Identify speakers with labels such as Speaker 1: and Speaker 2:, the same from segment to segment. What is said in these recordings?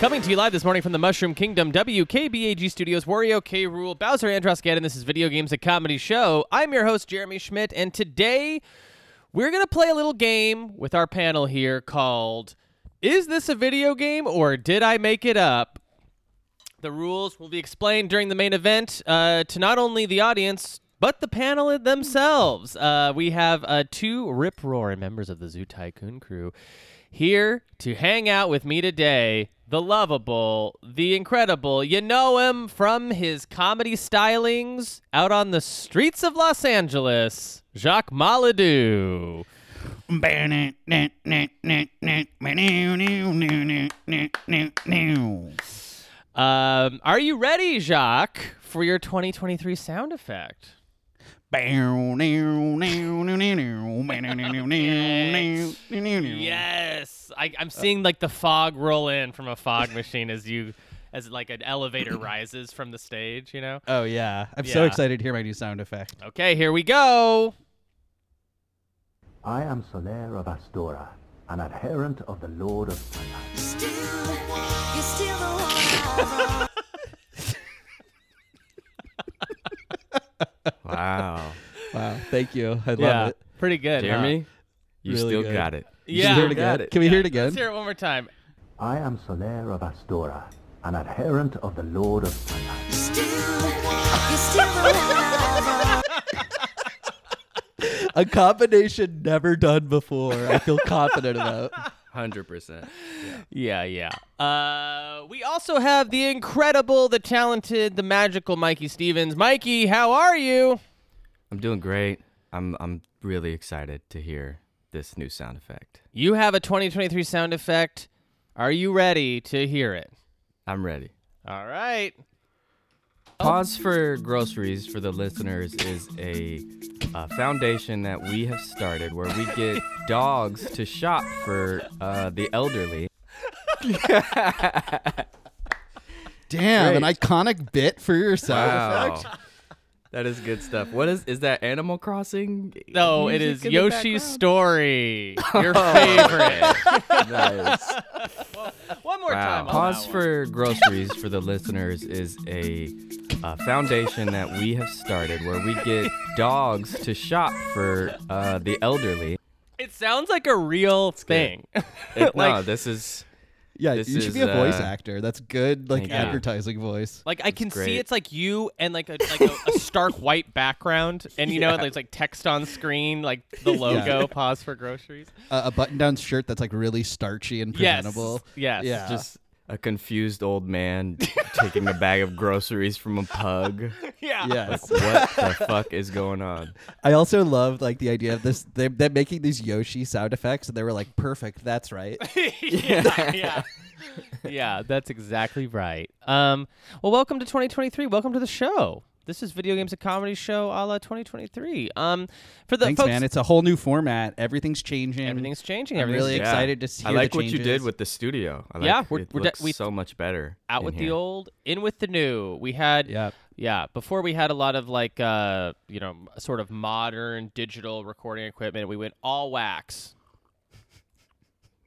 Speaker 1: Coming to you live this morning from the Mushroom Kingdom, WKBAG Studios, Wario K. Rule, Bowser Andros Gadd, and this is Video Games, a Comedy Show. I'm your host, Jeremy Schmidt, and today we're going to play a little game with our panel here called Is This a Video Game or Did I Make It Up? The rules will be explained during the main event uh, to not only the audience, but the panel themselves. Uh, we have uh, two Rip Roaring members of the Zoo Tycoon crew here to hang out with me today. The lovable, the incredible, you know him from his comedy stylings out on the streets of Los Angeles, Jacques Maladou.
Speaker 2: Oh,
Speaker 1: Um, are you ready, Jacques, for your 2023 sound effect? Yes, I, I'm seeing like the fog roll in from a fog machine as you, as like an elevator rises from the stage. You know.
Speaker 2: Oh yeah, I'm so
Speaker 1: Yeah.
Speaker 2: excited to hear my new sound effect.
Speaker 1: Okay, here we go.
Speaker 3: I am Solaire of Astora, an adherent of the Lord of Sunlight.
Speaker 4: Still the one- You're still the one. I've
Speaker 5: Wow.
Speaker 2: Wow, thank you. I love it.
Speaker 1: pretty good. huh?
Speaker 5: Jeremy, you
Speaker 2: Really
Speaker 5: still
Speaker 2: good.
Speaker 5: got it.
Speaker 2: Can we hear
Speaker 1: Yeah.
Speaker 2: it
Speaker 5: Got
Speaker 2: again?
Speaker 5: it.
Speaker 2: Can we hear it
Speaker 1: Let's
Speaker 2: again?
Speaker 1: hear it one more time.
Speaker 3: I am Solaire of Astora, an adherent of the Lord of Sunlight.
Speaker 4: Still the one- You're still the one.
Speaker 2: A combination never done before. I feel confident about.
Speaker 5: 100%.
Speaker 1: Yeah, yeah. Uh, we also have the incredible, the talented, the magical Mikey Stevens. Mikey, how are you?
Speaker 5: I'm doing great. I'm I'm really excited to hear this new sound effect.
Speaker 1: You have a 2023 sound effect. Are you ready to hear it?
Speaker 5: I'm ready.
Speaker 1: All right.
Speaker 5: Pause for Groceries for the listeners is a, uh foundation that we have started where we get dogs to shop for uh, the elderly.
Speaker 2: Damn, an
Speaker 5: Great.
Speaker 2: iconic bit for your sound effect.
Speaker 5: That is good stuff. What is is that Animal Crossing?
Speaker 1: No, Oh, it is
Speaker 5: music in the
Speaker 1: Yoshi's
Speaker 5: background?
Speaker 1: story. Your favorite.
Speaker 5: Nice.
Speaker 1: one more time. on
Speaker 5: Pause
Speaker 1: that one.
Speaker 5: for groceries for the listeners is a, uh foundation that we have started where we get dogs to shop for uh, the elderly.
Speaker 1: It sounds like a real thing.
Speaker 5: It- no,
Speaker 1: Like-
Speaker 5: this is
Speaker 2: Yeah,
Speaker 5: This
Speaker 2: you should be a
Speaker 5: is,
Speaker 2: voice
Speaker 5: uh,
Speaker 2: actor. That's good, like
Speaker 5: thank you.
Speaker 2: advertising voice.
Speaker 1: Like I can see
Speaker 5: great.
Speaker 1: it's like you and like a like a, a stark white background, and you know there's like text on screen, like the logo. Pause for groceries.
Speaker 2: A a button-down shirt that's like really starchy and
Speaker 1: Yes.
Speaker 2: presentable.
Speaker 1: Yes.
Speaker 2: Yeah.
Speaker 5: just a confused old man taking a bag of groceries from a pug.
Speaker 1: Yeah.
Speaker 2: Yes.
Speaker 5: What the fuck is going on?
Speaker 2: I also love like the idea of this. They, they're making these Yoshi sound effects, and they were like, "Perfect, that's right."
Speaker 1: yeah, yeah. Yeah, that's exactly right. Um, well, welcome to 2023. Welcome to the show. This is Video Games a Comedy Show a la 2023. Um, for the
Speaker 2: Thanks,
Speaker 1: folks,
Speaker 2: man. It's a whole new format. Everything's changing.
Speaker 1: everything's changing.
Speaker 2: I'm
Speaker 1: Everything's
Speaker 2: really
Speaker 5: Yeah.
Speaker 2: excited to see.
Speaker 5: I like what you did with the studio. I like,
Speaker 1: Yeah, we're-
Speaker 5: it
Speaker 1: we're de-
Speaker 5: looks
Speaker 1: we-
Speaker 5: so much better.
Speaker 1: out
Speaker 5: in
Speaker 1: with the
Speaker 5: here.
Speaker 1: old, in with the new. We had
Speaker 2: Yeah.
Speaker 1: Yeah, before we had a lot of like uh, you know, m- sort of modern digital recording equipment. We went all wax.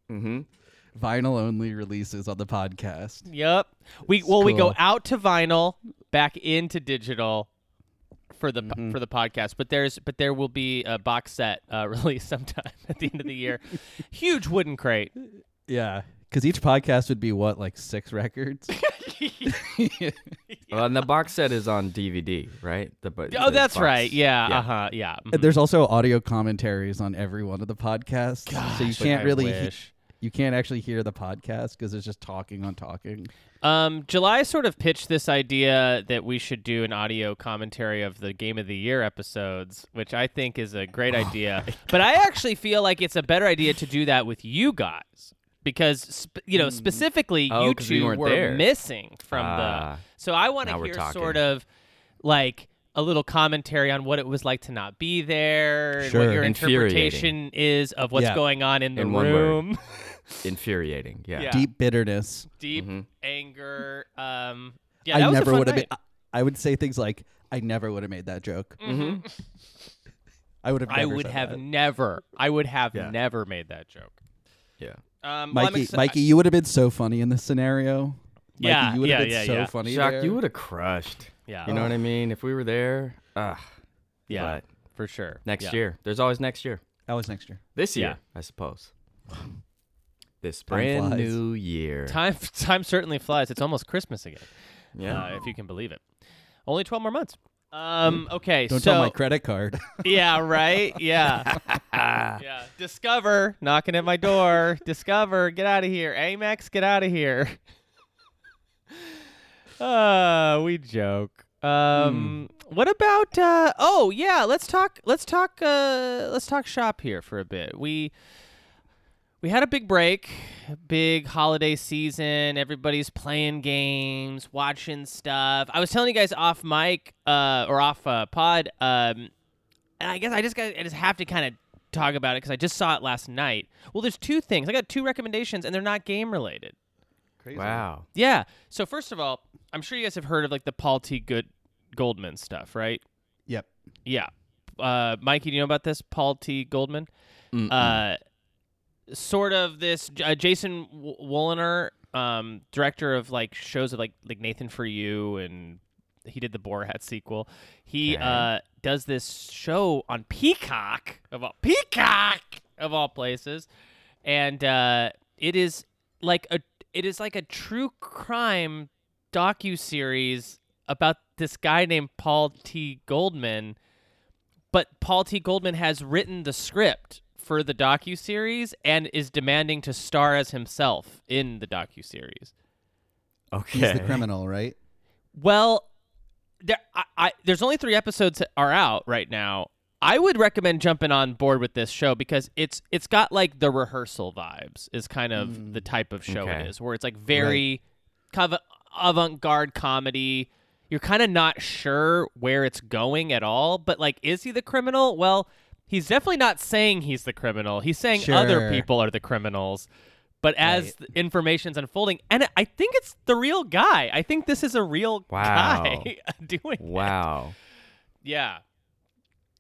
Speaker 2: vinyl only releases on the podcast.
Speaker 1: Yep. We well we go
Speaker 2: cool.
Speaker 1: out to vinyl, back into digital for the po- for the podcast. But there's but there will be a box set uh, released sometime at the end of the year. Huge wooden crate.
Speaker 2: Yeah, because each podcast would be what like six records.
Speaker 5: Well, and the box set is on DVD, right? The, bu-
Speaker 1: Oh,
Speaker 5: the
Speaker 1: that's
Speaker 5: box-
Speaker 1: right. Yeah.
Speaker 5: uh-huh.
Speaker 1: Uh huh. Yeah.
Speaker 2: And there's also audio commentaries on every one of the podcasts, so you can't
Speaker 1: I
Speaker 2: really he-
Speaker 1: wish.
Speaker 2: you can't actually hear the podcast because it's just talking on talking.
Speaker 1: Um, July sort of pitched this idea that we should do an audio commentary of the Game of the Year episodes, which I think is a great
Speaker 5: Oh
Speaker 1: idea. But I actually feel like it's a better idea to do that with you guys because sp- you know specifically
Speaker 5: Oh,
Speaker 1: you
Speaker 5: 'cause we
Speaker 1: two
Speaker 5: weren't
Speaker 1: were
Speaker 5: there.
Speaker 1: missing from
Speaker 5: Ah,
Speaker 1: the. So I want to
Speaker 5: now we're
Speaker 1: hear
Speaker 5: talking.
Speaker 1: sort of like a little commentary on what it was like to not be there and what
Speaker 2: Sure.
Speaker 1: your
Speaker 5: Infuriating.
Speaker 1: interpretation is of what's
Speaker 2: Yeah.
Speaker 1: going on in the
Speaker 5: In one word.
Speaker 1: room.
Speaker 5: Infuriating. Yeah.
Speaker 1: Yeah.
Speaker 2: Deep bitterness.
Speaker 1: Deep
Speaker 5: Mm-hmm.
Speaker 1: anger. Um, yeah, that
Speaker 2: I
Speaker 1: was a
Speaker 2: never
Speaker 1: fun
Speaker 2: would have.
Speaker 1: night.
Speaker 2: I I would say things like, "I never would have made that joke."
Speaker 1: Mm-hmm.
Speaker 2: I would have.
Speaker 1: I
Speaker 2: never
Speaker 1: Mm-hmm. would
Speaker 2: said
Speaker 1: have
Speaker 2: that.
Speaker 1: never. I would have
Speaker 5: Yeah.
Speaker 1: never made that joke.
Speaker 5: Yeah.
Speaker 1: Um, well, I'm
Speaker 2: Mikey,
Speaker 1: exci-
Speaker 2: Mikey, you would have been so funny in this scenario.
Speaker 1: Yeah,
Speaker 2: Mikey, you would
Speaker 1: yeah,
Speaker 2: have been
Speaker 1: yeah,
Speaker 2: so
Speaker 1: yeah.
Speaker 2: funny.
Speaker 5: Shock,
Speaker 2: there.
Speaker 5: you would have crushed.
Speaker 1: Yeah.
Speaker 5: You know what I mean? If we were there, uh,
Speaker 1: Yeah,
Speaker 5: But-
Speaker 1: for sure.
Speaker 5: next
Speaker 1: Yeah.
Speaker 5: year. There's always next year.
Speaker 2: That was next year.
Speaker 5: This year,
Speaker 1: Yeah.
Speaker 5: I suppose. This brand
Speaker 2: flies.
Speaker 5: new year.
Speaker 1: Time time certainly flies. It's almost Christmas again,
Speaker 5: Yeah.
Speaker 1: uh, if you can believe it. Only twelve more months. Um. Okay.
Speaker 2: Don't
Speaker 1: so
Speaker 2: tell my credit card.
Speaker 1: yeah. Right. Yeah. yeah. Discover knocking at my door. Discover get out of here. Amex get out of here. uh we joke. Um. What about? Uh, oh yeah. Let's talk. Let's talk. Uh, let's talk shop here for a bit. We. we had a big break, big holiday season. Everybody's playing games, watching stuff. I was telling you guys off mic uh, or off uh, pod, um, and I guess I just got I just have to kind of talk about it because I just saw it last night. Well, there's two things. I got two recommendations, and they're not game related.
Speaker 5: wow.
Speaker 1: Yeah. So first of all, I'm sure you guys have heard of like the Paul T. Good Goldman stuff, right?
Speaker 2: Yep.
Speaker 1: Yeah. Uh, Mikey, do you know about this? Paul T. Goldman? Uh, sort of this uh, Jason W- Wooliner, um, director of like shows of like like Nathan for You, and he did the Borat sequel. He
Speaker 5: Okay.
Speaker 1: uh, does this show on Peacock of all Peacock of all places, and uh, it is like a it is like a true crime docu series about this guy named Paul T. Goldman but Paul T. Goldman has written the script for the docu series and is demanding to star as himself in the docu series.
Speaker 5: Okay.
Speaker 2: He's the criminal, right?
Speaker 1: Well, there, I, I, there's only three episodes that are out right now. I would recommend jumping on board with this show because it's it's got like the rehearsal vibes is kind of the type of show
Speaker 5: Okay.
Speaker 1: it is, where it's like very kind of avant-garde comedy. You're kind of not sure where it's going at all, but like, is he the criminal? Well, he's definitely not saying he's the criminal. He's saying other
Speaker 2: Sure.
Speaker 1: people are the criminals. But as the information's unfolding, and I think it's the real guy. I think this is a real
Speaker 5: Wow.
Speaker 1: guy doing.
Speaker 5: Wow.
Speaker 1: Yeah,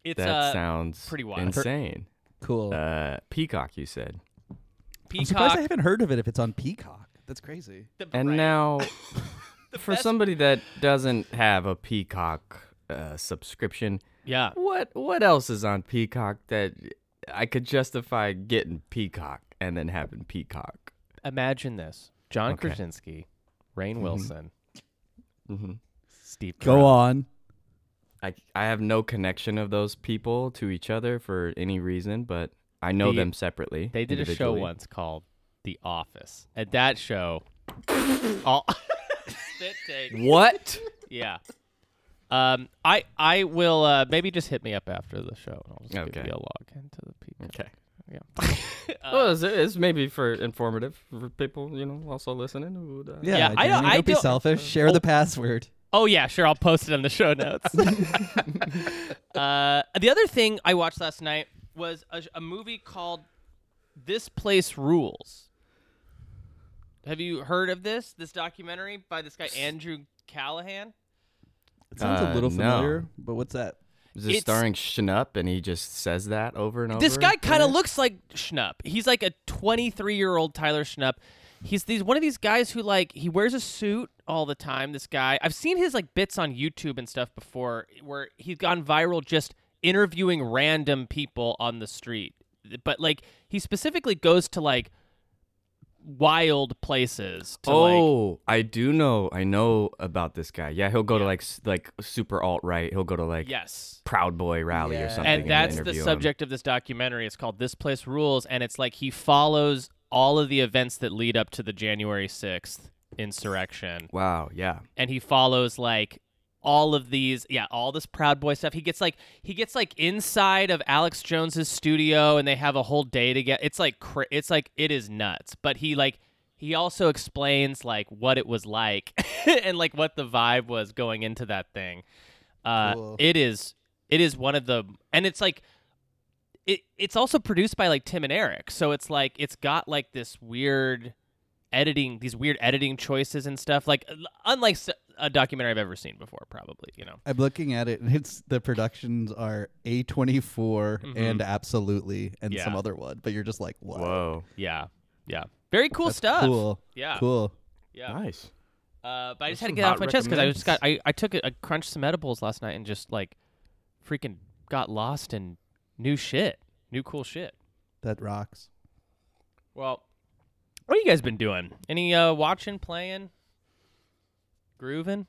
Speaker 1: it's
Speaker 5: That
Speaker 1: uh,
Speaker 5: sounds
Speaker 1: pretty wild.
Speaker 5: insane.
Speaker 2: Cool.
Speaker 5: Uh, Peacock, you said.
Speaker 2: I'm surprised
Speaker 1: Peacock.
Speaker 2: I haven't heard of it if it's on Peacock. That's crazy.
Speaker 1: the-
Speaker 5: And
Speaker 1: right.
Speaker 5: now, for
Speaker 1: best-
Speaker 5: somebody that doesn't have a Peacock uh, subscription,
Speaker 1: yeah,
Speaker 5: what what else is on Peacock that I could justify getting Peacock and then having Peacock?
Speaker 1: imagine this: John
Speaker 5: Okay.
Speaker 1: Krasinski, Rain Wilson,
Speaker 5: Mm-hmm.
Speaker 1: Steve.
Speaker 2: Go on.
Speaker 5: I I have no connection of those people to each other for any reason, but I know
Speaker 1: The-
Speaker 5: them separately.
Speaker 1: They did a show
Speaker 5: individually.
Speaker 1: once called The Office. At that show, all spit take.
Speaker 5: What?
Speaker 1: Yeah. Um, I I will uh, maybe just hit me up after the show and I'll just give
Speaker 5: Okay.
Speaker 1: you a log into the Peacock.
Speaker 5: okay.
Speaker 1: Yeah. Uh,
Speaker 5: well, it's, it's maybe for informative for people, you know, also listening. Who would, uh,
Speaker 2: Yeah,
Speaker 1: Yeah, I don't-
Speaker 2: Jeremy,
Speaker 1: I
Speaker 2: be
Speaker 1: don't-
Speaker 2: selfish. Share the password.
Speaker 1: oh yeah, sure. I'll post it on the show notes. uh, the other thing I watched last night was a, a movie called This Place Rules. Have you heard of this? This documentary by this guy Andrew Callahan.
Speaker 2: It sounds
Speaker 5: Uh,
Speaker 2: a little
Speaker 5: no.
Speaker 2: familiar, but what's that?
Speaker 5: Is it
Speaker 1: It's-
Speaker 5: starring Schnupp and he just says that over and over?
Speaker 1: This guy kind of
Speaker 5: again?
Speaker 1: looks like Schnupp. He's like a 23 year old Tyler Schnupp. He's these one of these guys who like he wears a suit all the time. This guy, I've seen his like bits on YouTube and stuff before, where he's gone viral just interviewing random people on the street. But like he specifically goes to like wild places to like
Speaker 5: Oh, I do know. I know about this guy. Yeah, he'll go to like s- like super alt right. He'll go to like
Speaker 1: yes.
Speaker 5: Proud Boy rally or
Speaker 2: Yeah.
Speaker 5: something.
Speaker 1: and that's the
Speaker 5: interview him.
Speaker 1: subject of this documentary. It's called This Place Rules, and it's like he follows all of the events that lead up to the January 6th insurrection,
Speaker 5: Wow. Yeah.
Speaker 1: and he follows like all of these yeah all this proud boy stuff he gets like he gets like inside of alex jones's studio and they have a whole day together it's like cra- it's like it is nuts but he like he also explains like what it was like and like what the vibe was going into that thing uh
Speaker 2: Cool.
Speaker 1: it is it is one of the and it's like it it's also produced by like tim and eric so it's like it's got like this weird editing these weird editing choices and stuff like unlike s- a documentary i've ever seen before probably you know
Speaker 2: I'm looking at it, and it's the productions are A24 and Absolutely and some
Speaker 1: Mm-hmm. Yeah.
Speaker 2: other one, but you're just like, what?
Speaker 5: Whoa.
Speaker 1: yeah Yeah. Very cool stuff.
Speaker 2: Cool.
Speaker 1: Yeah.
Speaker 2: Cool.
Speaker 1: Yeah.
Speaker 6: Nice.
Speaker 1: Uh, but I just had to
Speaker 5: some
Speaker 1: get it off
Speaker 5: hot
Speaker 1: my chest because I
Speaker 5: recommends.
Speaker 1: just got I, I took it I crunched some edibles last night and just like freaking got lost in new shit, new cool shit.
Speaker 2: That rocks.
Speaker 1: Well, what have you guys been doing? Any uh watching, playing, grooving?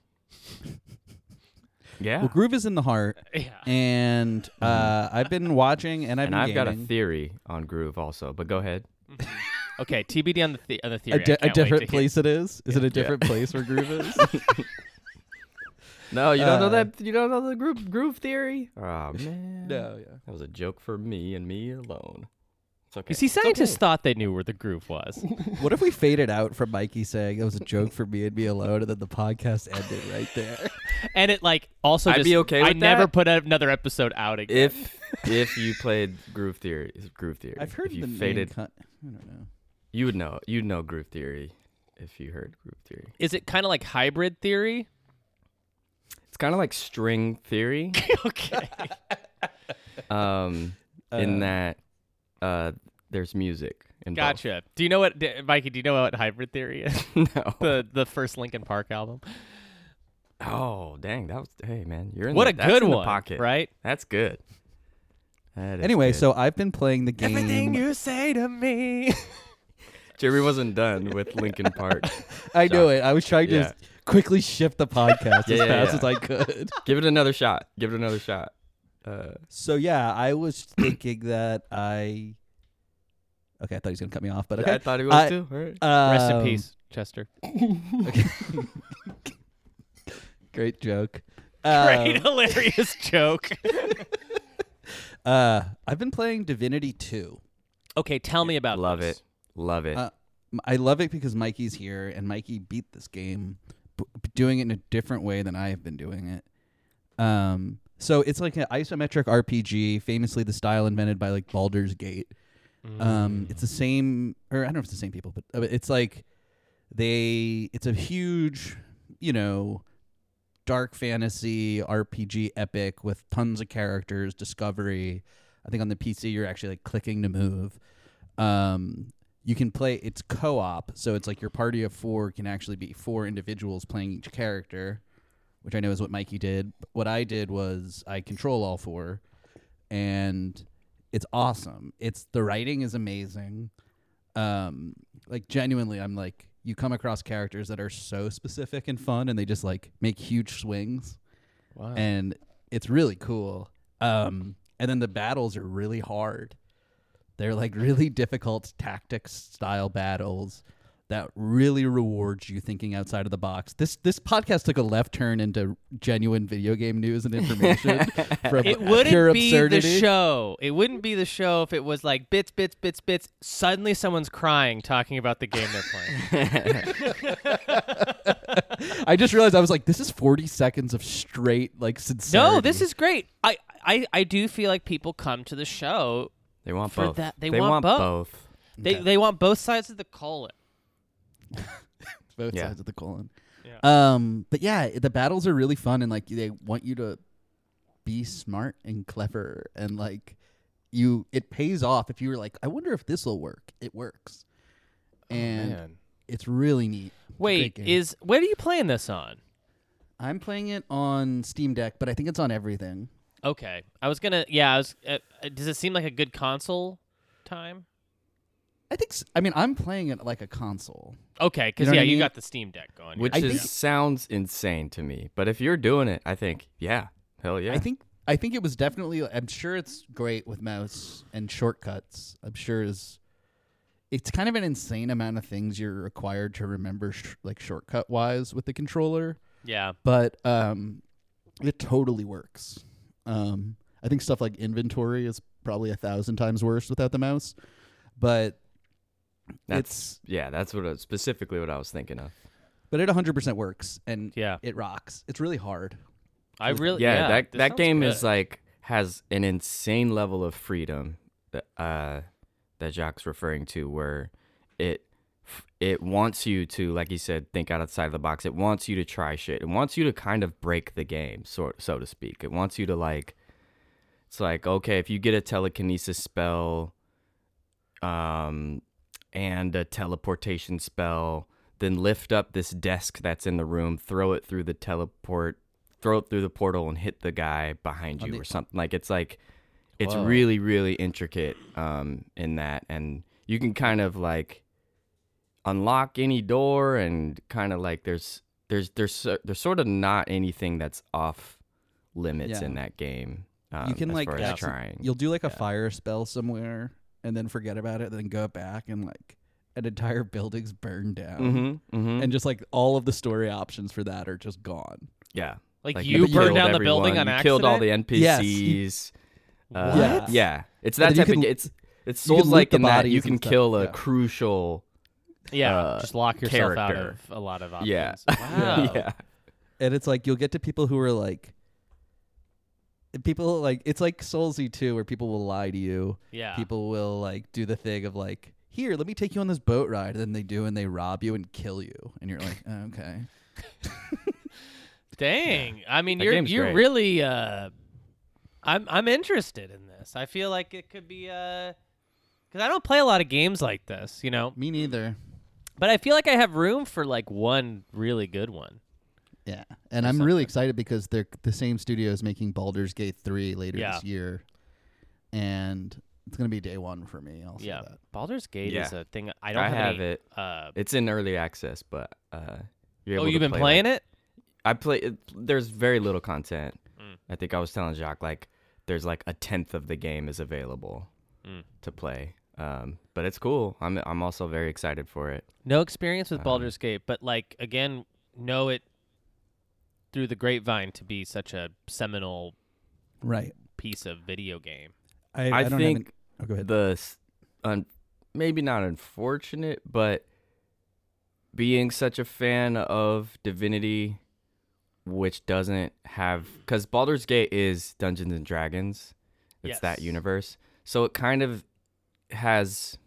Speaker 5: Yeah.
Speaker 2: Well, groove is in the heart,
Speaker 1: Yeah.
Speaker 2: and uh, I've been watching, and I've
Speaker 5: and
Speaker 2: been
Speaker 5: I've got a
Speaker 2: gaming.
Speaker 5: theory on Groove also, but go ahead.
Speaker 1: Okay, TBD on the, the- on the
Speaker 2: a,
Speaker 1: theory.
Speaker 2: di-
Speaker 1: I
Speaker 2: a
Speaker 1: can't wait to
Speaker 2: different
Speaker 1: hear.
Speaker 2: place it is. Is it a different place where groove is?
Speaker 5: No, you don't know
Speaker 2: Uh,
Speaker 5: that. You don't know the Groove Groove theory. Oh man.
Speaker 2: no. Yeah.
Speaker 5: That was a joke for me and me alone. It's okay.
Speaker 1: You see, scientists thought they knew where the groove was.
Speaker 2: What if we faded out from Mikey saying it was a joke for me and me alone, and then the podcast ended right there?
Speaker 1: and it like also
Speaker 5: I'd
Speaker 1: just,
Speaker 5: be okay
Speaker 1: I
Speaker 5: with
Speaker 1: never
Speaker 5: that.
Speaker 1: put another episode out again.
Speaker 5: if if you played Groove Theory, Groove Theory.
Speaker 2: I've heard
Speaker 5: if you
Speaker 2: the main
Speaker 5: faded,
Speaker 2: con- I don't know.
Speaker 5: you would know. You'd know Groove Theory if you heard Groove Theory.
Speaker 1: Is it kind of like hybrid theory?
Speaker 5: It's kind of like string theory.
Speaker 1: okay.
Speaker 5: um, in that uh, there's music. In both.
Speaker 1: Gotcha. Do you know what, d- Mikey? Do you know what hybrid theory is?
Speaker 5: no.
Speaker 1: the the first Linkin Park album.
Speaker 5: Oh dang, that was hey man, you're in
Speaker 1: What
Speaker 5: the,
Speaker 1: a
Speaker 5: that's
Speaker 1: good
Speaker 5: in the
Speaker 1: one,
Speaker 5: pocket.
Speaker 1: right?
Speaker 5: That's good. That is
Speaker 2: Anyway,
Speaker 5: good.
Speaker 2: so I've been playing the game.
Speaker 1: you say to me.
Speaker 5: Jeremy wasn't done with Lincoln Park.
Speaker 2: I knew
Speaker 5: Sorry.
Speaker 2: it. I was trying to
Speaker 5: Yeah.
Speaker 2: quickly shift the podcast as
Speaker 5: Yeah, yeah,
Speaker 2: fast
Speaker 5: yeah.
Speaker 2: as I could.
Speaker 5: Give it another shot. Give it another shot. Uh,
Speaker 2: So yeah, I was thinking that I. Okay, I thought he was gonna cut me off, but okay.
Speaker 5: I thought he was
Speaker 2: I-
Speaker 5: too. All right.
Speaker 1: Rest in
Speaker 2: Um,
Speaker 1: peace, Chester.
Speaker 2: Great joke.
Speaker 1: Great,
Speaker 2: Um,
Speaker 1: hilarious joke.
Speaker 2: Uh, I've been playing Divinity Two.
Speaker 1: okay, tell me about
Speaker 5: Love
Speaker 1: this.
Speaker 5: it. Love it.
Speaker 2: Uh, m- I love it because Mikey's here, and Mikey beat this game, b- b- doing it in a different way than I have been doing it. Um, so it's like an isometric RPG, famously the style invented by like Baldur's Gate. Um, it's the same, or I don't know if it's the same people, but uh, it's like they. It's a huge, you know, dark fantasy RPG epic with tons of characters, discovery. I think on the PC you're actually like clicking to move. Um, you can play it's co-op, so it's like your party of four can actually be four individuals playing each character, which I know is what Mikey did. What I did was I control all four, and it's awesome. It's the writing is amazing. Um, like genuinely, I'm like you come across characters that are so specific and fun, and they just like make huge swings
Speaker 1: Wow.
Speaker 2: and it's really cool. Um, and then the battles are really hard. They're like really difficult tactics style battles that really rewards you thinking outside of the box. This this podcast took a left turn into genuine video game news and information from
Speaker 1: It wouldn't
Speaker 2: pure
Speaker 1: be
Speaker 2: absurdity.
Speaker 1: the show. It wouldn't be the show if it was like bits, bits, bits, bits. Suddenly, someone's crying talking about the game they're playing.
Speaker 2: I just realized I was like, this is forty seconds of straight like sincerity.
Speaker 1: no, this is great. I, I, I do feel like people come to the show.
Speaker 5: they want
Speaker 1: for
Speaker 5: both.
Speaker 1: that- they want
Speaker 5: want,
Speaker 1: both. They,
Speaker 2: Okay.
Speaker 1: they want both sides of the colon.
Speaker 2: both
Speaker 5: Yeah.
Speaker 2: sides of the colon.
Speaker 1: Yeah.
Speaker 2: Um, but yeah, the battles are really fun and like they want you to be smart and clever and like you it pays off if you were like, I wonder if this will work. It works. And it's really neat. It's a great
Speaker 1: Wait,
Speaker 2: game.
Speaker 1: is what are you playing this on?
Speaker 2: I'm playing it on Steam Deck, but I think it's on everything.
Speaker 1: Okay, I was gonna. Yeah, I was. Uh, uh, does it seem like a good console time?
Speaker 2: I think s- I mean I'm playing it like a console.
Speaker 1: Okay, because
Speaker 2: You know what
Speaker 1: yeah,
Speaker 2: I
Speaker 1: you
Speaker 2: mean?
Speaker 1: got the Steam Deck going.
Speaker 5: Which
Speaker 2: I
Speaker 5: is
Speaker 2: think-
Speaker 5: sounds insane to me. But if you're doing it, I think, yeah. Hell yeah.
Speaker 2: I think I think it was definitely. I'm sure it's great with mouse and shortcuts. I'm sure is. It's kind of an insane amount of things you're required to remember, sh- like shortcut wise, with the controller.
Speaker 1: yeah.
Speaker 2: But um, it totally works. Um, I think stuff like inventory is probably a thousand times worse without the mouse. But
Speaker 5: that's yeah, that's what I, specifically what I was thinking of.
Speaker 2: but it 100 percent works, and
Speaker 1: Yeah.
Speaker 2: it rocks. It's really hard.
Speaker 1: I really.
Speaker 5: yeah, that
Speaker 1: this
Speaker 5: that
Speaker 1: sounds
Speaker 5: game
Speaker 1: good.
Speaker 5: is uh, like has an insane level of freedom that uh that Jacques referring to where it f- it wants you to like you said think outside of the box it wants you to try shit it wants you to kind of break the game so, so to speak it wants you to like it's like okay if you get a telekinesis spell um and a teleportation spell, then lift up this desk that's in the room, throw it through the teleport, throw it through the portal, and hit the guy behind you or something. Like it's like it's
Speaker 1: Whoa.
Speaker 5: really really intricate um, in that, and you can kind of like unlock any door and kind of like there's there's there's so- there's sort of not anything that's off limits
Speaker 2: Yeah.
Speaker 5: in that game. Um,
Speaker 2: you can
Speaker 5: as
Speaker 2: like
Speaker 5: far as
Speaker 2: accident-
Speaker 5: trying.
Speaker 2: You'll do like a fire spell somewhere and then forget about it, then go back and like an entire building's burned down.
Speaker 5: Mm-hmm, mm-hmm.
Speaker 2: And just like all of the story options for that are just gone.
Speaker 5: yeah,
Speaker 1: Like,
Speaker 5: Like,
Speaker 1: you
Speaker 2: but you
Speaker 1: burned down
Speaker 5: killed
Speaker 1: the
Speaker 5: everyone,
Speaker 1: building
Speaker 5: you
Speaker 1: on accident.
Speaker 5: Killed all the NPCs.
Speaker 2: Yes,
Speaker 5: Uh,
Speaker 2: What? Yes.
Speaker 5: Yeah, it's
Speaker 2: And
Speaker 5: that
Speaker 2: then you
Speaker 5: type of.
Speaker 2: can-
Speaker 5: It's it's
Speaker 2: you can
Speaker 5: Souls like
Speaker 2: loot the
Speaker 5: in that
Speaker 2: bodies
Speaker 5: you
Speaker 2: and
Speaker 5: can
Speaker 2: stuff,
Speaker 5: kill a
Speaker 2: yeah.
Speaker 5: crucial.
Speaker 1: yeah,
Speaker 5: uh,
Speaker 1: just lock yourself out
Speaker 5: character.
Speaker 1: of a lot of options.
Speaker 5: Yeah.
Speaker 1: Wow.
Speaker 5: yeah.
Speaker 2: And it's like you'll get to people who are like people like it's like Soulsy 2 where people will lie to you.
Speaker 1: Yeah.
Speaker 2: People will like do the thing of like, here, let me take you on this boat ride. And then they do and they rob you and kill you. And you're like, "Oh, okay.
Speaker 1: Dang. I mean,
Speaker 5: That
Speaker 1: you're
Speaker 5: game's
Speaker 1: you're
Speaker 5: great.
Speaker 1: really. Uh, I'm I'm interested in this. I feel like it could be because I don't play a lot of games like this, you know.
Speaker 2: Me neither.
Speaker 1: But I feel like I have room for like one really good one.
Speaker 6: Yeah, and I'm really excited because they're the same studio is making Baldur's Gate three later
Speaker 1: Yeah.
Speaker 6: this year, and it's gonna be day one for me. I'll say
Speaker 1: yeah,
Speaker 6: that.
Speaker 1: Baldur's Gate is
Speaker 5: Yeah.
Speaker 1: a thing. I don't
Speaker 5: I
Speaker 1: have,
Speaker 5: have
Speaker 1: any,
Speaker 5: it.
Speaker 1: Uh,
Speaker 5: It's in early access, but uh, you're
Speaker 1: oh,
Speaker 5: able
Speaker 1: you've
Speaker 5: to
Speaker 1: been
Speaker 5: play,
Speaker 1: playing
Speaker 5: like-
Speaker 1: it?
Speaker 5: I play. It, there's very little content.
Speaker 1: Mm.
Speaker 5: I think I was telling Jacques like there's like a tenth of the game is available
Speaker 1: Mm.
Speaker 5: to play. Um, but it's cool. I'm I'm also very excited for it.
Speaker 1: No experience
Speaker 5: um,
Speaker 1: with Baldur's Gate, but like again, know it through the grapevine to be such a seminal
Speaker 2: Right.
Speaker 1: piece of video game.
Speaker 2: I,
Speaker 5: I,
Speaker 2: don't have
Speaker 5: think
Speaker 2: an- oh, go ahead.
Speaker 5: the s- un, maybe not unfortunate, but being such a fan of Divinity, which doesn't have because Baldur's Gate is Dungeons and Dragons, it's that
Speaker 1: Yes.
Speaker 5: universe, so it kind of has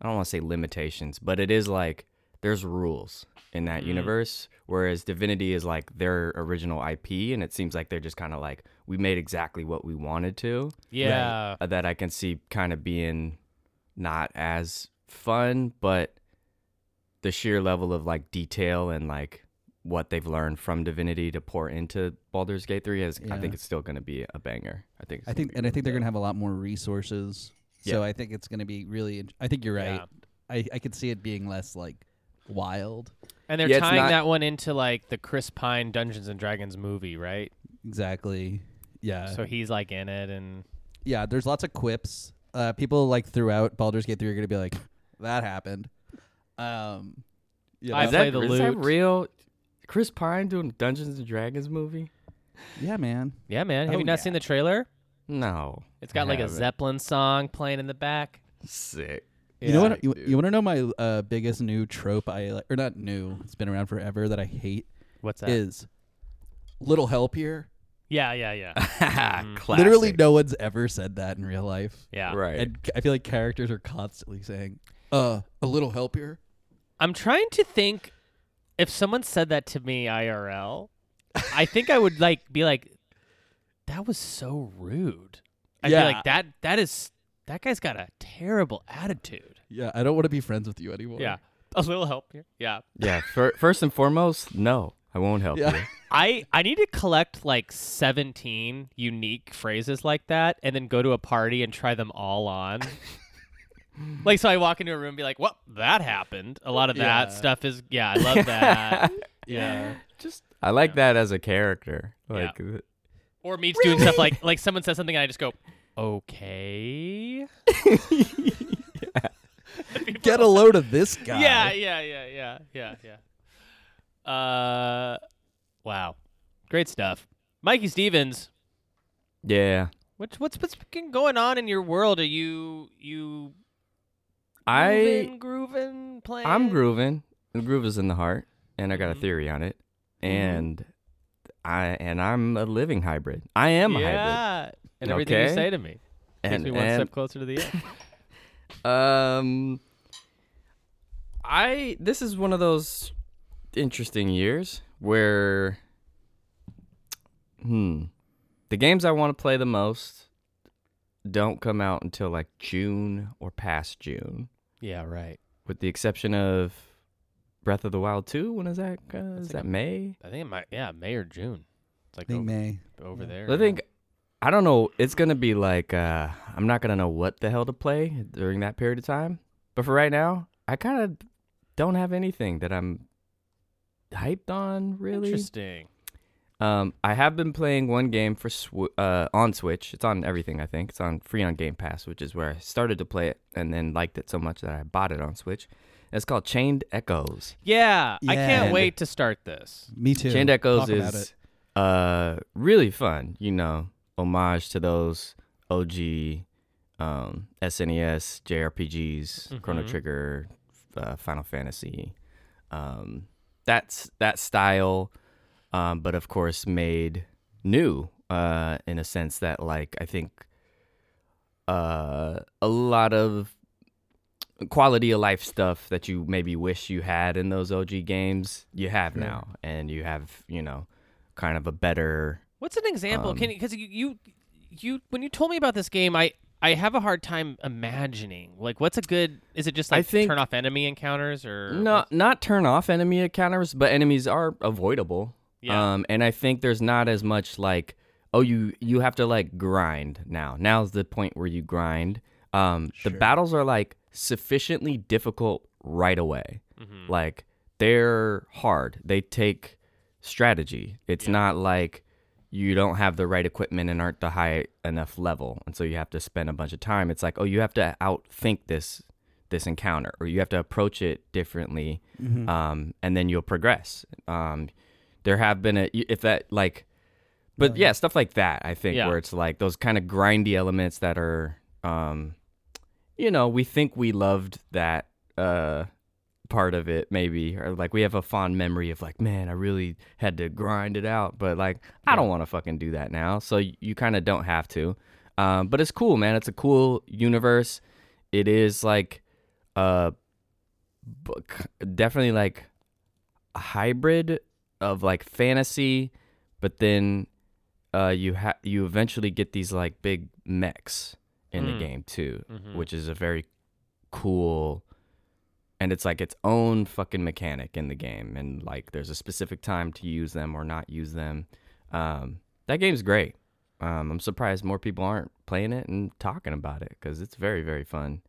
Speaker 5: I don't want to say limitations, but it is like there's rules in that
Speaker 2: Mm-hmm.
Speaker 5: universe. Whereas Divinity is like their original IP, and it seems like they're just kind of like we made exactly what we wanted to
Speaker 1: Yeah.
Speaker 5: uh, that I can see kind of being not as fun, but the sheer level of like detail and like what they've learned from Divinity to pour into Baldur's Gate 3 is I think
Speaker 2: Yeah.
Speaker 5: it's still going to be a banger. I think it's
Speaker 2: I
Speaker 5: gonna
Speaker 2: think,
Speaker 5: be
Speaker 2: and I
Speaker 5: really
Speaker 2: think they're
Speaker 5: good.
Speaker 2: going to have a lot more resources. So I think it's going to be really. int- I think you're right.
Speaker 1: Yeah.
Speaker 2: I I could see it being less like wild.
Speaker 1: And they're
Speaker 5: Yeah, it's
Speaker 1: tying
Speaker 5: not-
Speaker 1: that one into like the Chris Pine Dungeons and Dragons movie, right?
Speaker 2: Exactly. Yeah.
Speaker 1: so he's like in it and
Speaker 2: yeah. There's lots of quips. Uh, people like throughout Baldur's Gate 3 are going to be like, that happened. Um, yeah.
Speaker 1: I
Speaker 5: is
Speaker 2: that-
Speaker 1: play
Speaker 5: that,
Speaker 1: the
Speaker 5: is that
Speaker 1: lute.
Speaker 5: real? Chris Pine doing Dungeons and Dragons movie?
Speaker 2: yeah, man.
Speaker 1: Yeah, man. Have
Speaker 2: Oh,
Speaker 1: you not
Speaker 2: yeah.
Speaker 1: seen the trailer?
Speaker 5: No.
Speaker 1: It's got
Speaker 5: I
Speaker 1: like a
Speaker 5: haven't.
Speaker 1: Zeppelin song playing in the back.
Speaker 5: sick.
Speaker 2: You know
Speaker 5: Yeah.
Speaker 2: what? You, you want to know my uh, biggest new trope? I like, or not new. It's been around forever that I hate
Speaker 1: What's that?
Speaker 2: is little help here.
Speaker 1: yeah, yeah, yeah. Mm.
Speaker 2: Literally,
Speaker 5: Classic.
Speaker 2: no one's ever said that in real life.
Speaker 1: Yeah.
Speaker 5: Right.
Speaker 2: And c- I feel like characters are constantly saying, "Uh, a little help here."
Speaker 1: I'm trying to think if someone said that to me IRL, I think I would like be like that was so rude. I'd be
Speaker 2: Yeah.
Speaker 1: like that that is that guy's got a terrible attitude.
Speaker 2: Yeah, I don't want to be friends with you anymore.
Speaker 1: Yeah. A little help here. Yeah.
Speaker 5: yeah. Fir- first and foremost, no. I won't help
Speaker 2: Yeah.
Speaker 5: you.
Speaker 1: I I need to collect like 17 unique phrases like that and then go to a party and try them all on. like so I walk into a room and be like, "Well, that happened." A lot of that
Speaker 2: Yeah.
Speaker 1: stuff is yeah, I love that. yeah.
Speaker 5: Just I like that as a character.
Speaker 1: Yeah.
Speaker 5: Like uh, th-
Speaker 1: Or me doing stuff like like someone says something and I just go, "Okay."
Speaker 2: Get a load of this guy.
Speaker 1: Yeah, yeah, yeah, yeah, yeah, yeah. Uh wow. Great stuff. Mikey Stevens,
Speaker 5: yeah.
Speaker 1: What's what's what's been going on in your world? Are you you
Speaker 5: I
Speaker 1: moving, grooving, playing?
Speaker 5: I'm grooving. The groove is in the heart, and I got a
Speaker 1: Mm-hmm.
Speaker 5: theory on it. And I and I'm a living hybrid. I am a hybrid.
Speaker 1: Yeah, and everything you
Speaker 5: Okay.
Speaker 1: say to me takes
Speaker 5: And,
Speaker 1: me one
Speaker 5: and
Speaker 1: step closer to the end.
Speaker 5: um, I this is one of those interesting years where, hmm, the games I want to play the most don't come out until like June or past June.
Speaker 1: Yeah, right.
Speaker 5: with the exception of Breath of the Wild 2. When is that? Uh,
Speaker 1: like
Speaker 5: is that
Speaker 1: a-
Speaker 5: May?
Speaker 1: I think it might. Yeah, May or June. It's like
Speaker 2: I think
Speaker 1: over,
Speaker 2: May.
Speaker 1: over there.
Speaker 5: I
Speaker 1: yeah.
Speaker 5: think I don't know. It's gonna be like uh, I'm not gonna know what the hell to play during that period of time. But for right now, I kind of don't have anything that I'm hyped on really.
Speaker 1: Interesting.
Speaker 5: Um, I have been playing one game for sw- uh, on Switch. It's on everything, I think. It's on free on Game Pass, which is where I started to play it, and then liked it so much that I bought it on Switch. It's called Chained Echoes.
Speaker 1: Yeah, I can't
Speaker 2: Yeah.
Speaker 1: wait to start this.
Speaker 2: Me too.
Speaker 5: Chained Echoes
Speaker 2: Talk about
Speaker 5: is
Speaker 2: it.
Speaker 5: uh really fun, you know, homage to those OG um SNES JRPGs,
Speaker 2: Mm-hmm.
Speaker 5: Chrono
Speaker 1: Mhm.
Speaker 5: Trigger, uh, Final Fantasy. Um that's that style um but of course made new uh in a sense that like I think uh a lot of quality of life stuff that you maybe wish you had in those OG games, you have now, and you have you know, kind of a better.
Speaker 1: What's an example?
Speaker 5: Um,
Speaker 1: Can because you, you you when you told me about this game, I I have a hard time imagining. Like, what's a good? Is it just
Speaker 5: I
Speaker 1: like
Speaker 5: think-
Speaker 1: turn off enemy encounters or
Speaker 5: Not not turn off enemy encounters, but enemies are avoidable.
Speaker 1: Yeah.
Speaker 5: Um, and I think there's not as much like oh you you have to like grind now. Now's the point where you grind. Um, the battles are like sufficiently difficult right away.
Speaker 1: Mm-hmm.
Speaker 5: Like they're hard. They take strategy. It's not like you don't have the right equipment and aren't the high enough level, and so you have to spend a bunch of time. It's like, oh, you have to outthink this this encounter, or you have to approach it differently, um, and then you'll progress. Um, there have been a if that like, but yeah, stuff like that. I think
Speaker 1: Yeah.
Speaker 5: where it's like those kind of grindy elements that are, um, you know, we think we loved that. Uh, part of it maybe or like we have a fond memory of like man i really had to grind it out but like i don't want to fucking do that now so y- you kind of don't have to um, but it's cool man it's a cool universe it is like uh b- k- definitely like a hybrid of like fantasy but then uh you ha- you eventually get these like big mechs in the
Speaker 1: Mm.
Speaker 5: game too
Speaker 1: Mhm.
Speaker 5: which is a very cool and it's like its own fucking mechanic in the game and like there's a specific time to use them or not use them um, that game's great um, i'm surprised more people aren't playing it and talking about it because it's very very fun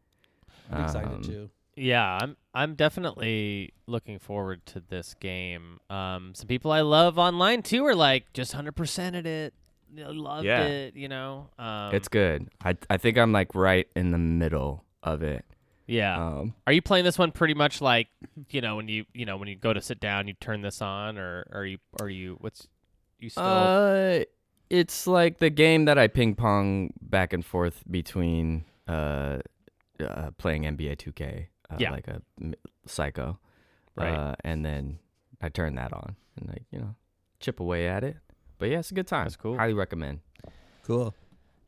Speaker 2: I'm excited
Speaker 5: Um,
Speaker 2: too.
Speaker 1: Yeah, I'm I'm definitely looking forward to this game. Um, some people I love online too are like just hundred percent at it. They Loved
Speaker 5: Yeah.
Speaker 1: it, you know. Um,
Speaker 5: it's good I, I think i'm like right in the middle of it
Speaker 1: yeah.
Speaker 5: um,
Speaker 1: are you playing this one pretty much like you know when you you know when you go to sit down you turn this on or are you are you what's you still
Speaker 5: uh, it's like the game that i ping pong back and forth between uh, uh, playing nba 2k uh,
Speaker 1: Yeah.
Speaker 5: like a m- psycho
Speaker 1: Right.
Speaker 5: uh, and then I turn that on and like you know chip away at it. But yeah, it's a good time.
Speaker 1: That's cool.
Speaker 5: Highly recommend.
Speaker 2: Cool.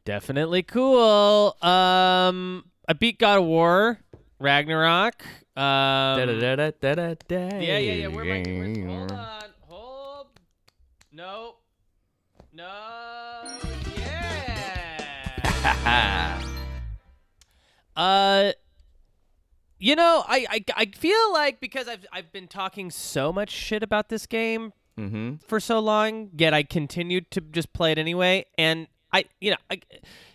Speaker 1: Definitely cool. Um, I beat God of War, Ragnarok. Um,
Speaker 5: Da-da-da-da-da-da.
Speaker 1: Yeah, yeah, yeah. Where am I? Where's, hold on. Hold. No. No. Yeah. uh, you know, I, I I feel like because I've I've been talking so much shit about this game
Speaker 5: Mm-hmm.
Speaker 1: for so long, yet I continued to just play it anyway. And I, you know, I,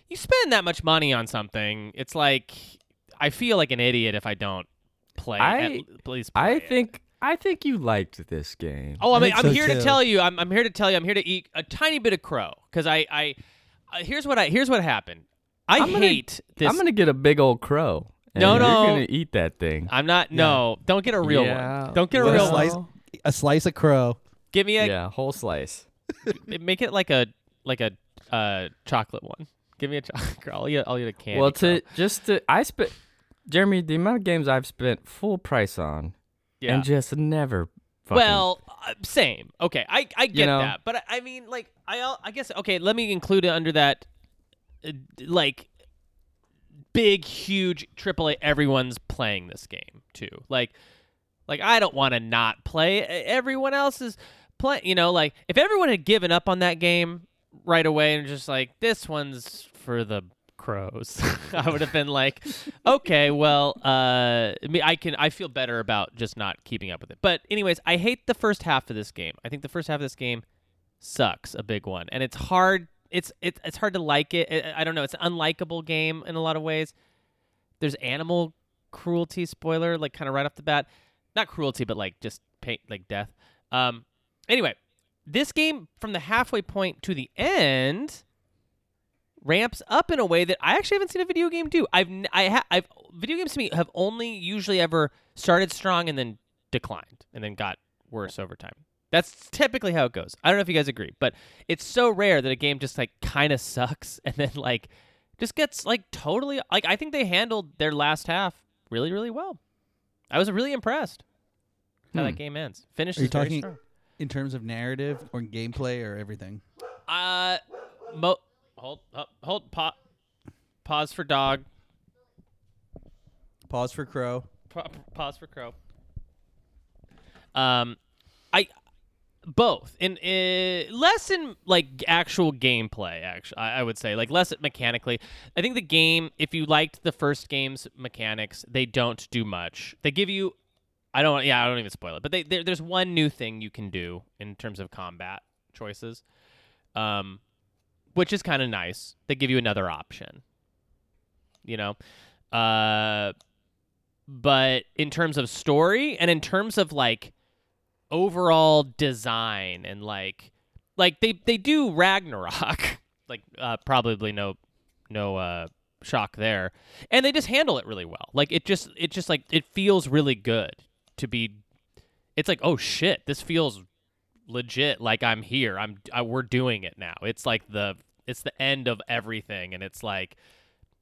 Speaker 1: you spend that much money on something, it's like I feel like an idiot if I don't play.
Speaker 5: I-
Speaker 1: at, please, play
Speaker 5: I
Speaker 1: it.
Speaker 5: think I think you liked this game.
Speaker 1: Oh, I mean,
Speaker 2: think
Speaker 1: I'm
Speaker 2: so,
Speaker 1: here to
Speaker 2: too.
Speaker 1: tell you. I'm, I'm here to tell you. I'm here to eat a tiny bit of crow because I, I, uh, here's what I, here's what happened. I
Speaker 5: I'm gonna-
Speaker 1: hate this.
Speaker 5: I'm gonna get a big old crow. and
Speaker 1: No, no.
Speaker 5: You're gonna eat that thing.
Speaker 1: I'm not. No, don't get a real
Speaker 5: Yeah.
Speaker 1: one. Don't get a
Speaker 2: Well,
Speaker 1: real
Speaker 2: a
Speaker 1: one.
Speaker 2: slice- A slice of crow.
Speaker 1: Give me a.
Speaker 5: yeah, whole slice.
Speaker 1: Make it like a, like a, uh, chocolate one. Give me a chocolate. I'll eat. I'll eat a candy.
Speaker 5: well,
Speaker 1: crow.
Speaker 5: to just to I spent Jeremy the amount of games I've spent full price on
Speaker 1: yeah.
Speaker 5: and just never. Fucking,
Speaker 1: Well, uh, same. Okay, I, I get
Speaker 5: know?
Speaker 1: that, but I, I mean, like, I al- I guess okay. Let me include it under that, uh, d- like, big, huge AAA. Everyone's playing this game too. Like, like I don't want to not play. e- Everyone else is playing. You know, like if everyone had given up on that game right away and just like this one's for the crows. I would have been like, okay, well, uh, I mean, I can, I feel better about just not keeping up with it. But anyways, I hate the first half of this game. I think the first half of this game sucks, a big one, and it's hard. It's it's it's hard to like it. I, I don't know. It's an unlikable game in a lot of ways. There's animal cruelty spoiler, like kind of right off the bat. Not cruelty, but like just pain, like death. Um. Anyway, this game from the halfway point to the end ramps up in a way that I actually haven't seen a video game do. I've n- I ha- I've video games to me have only usually ever started strong and then declined and then got worse over time. That's typically how it goes. I don't know if you guys agree, but it's so rare that a game just like kind of sucks and then like just gets like totally like I think they handled their last half really really well. I was really impressed how that game ends. Finishes
Speaker 2: Hmm. Are you
Speaker 1: very
Speaker 2: talking
Speaker 1: strong.
Speaker 2: in terms of narrative or gameplay or everything?
Speaker 1: Uh, mo- hold, hold, hold, pa- pause for dog,
Speaker 2: Pause for crow.
Speaker 1: pa- pause for crow. Um, I both in uh, less in like actual gameplay. Actually, I, I would say like less at mechanically. I think the game, if you liked the first game's mechanics, they don't do much. They give you. I don't. Yeah, I don't even spoil it. But they, there there's one new thing you can do in terms of combat choices, um, which is kind of nice. They give you another option. You know, uh, but in terms of story and in terms of like overall design and like like they they do Ragnarok like uh, probably no no uh shock there and they just handle it really well like it just it just like it feels really good to be it's like oh shit this feels legit like I'm here I'm I, we're doing it now it's like the it's the end of everything and it's like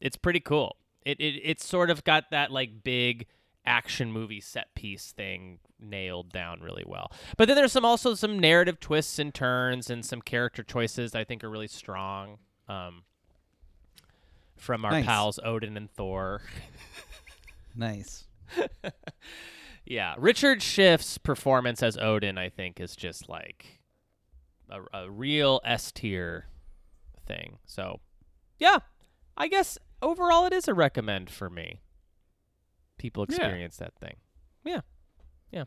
Speaker 1: it's pretty cool. It, it it's sort of got that like big action movie set piece thing nailed down really well. But then there's some also some narrative twists and turns and some character choices that I think are really strong. Um, from our
Speaker 2: Nice.
Speaker 1: pals Odin and Thor.
Speaker 2: Nice.
Speaker 1: Yeah, Richard Schiff's performance as Odin, I think, is just like a, a real S tier thing. So, yeah, I guess overall it is a recommend for me. People experience that thing. Yeah, yeah.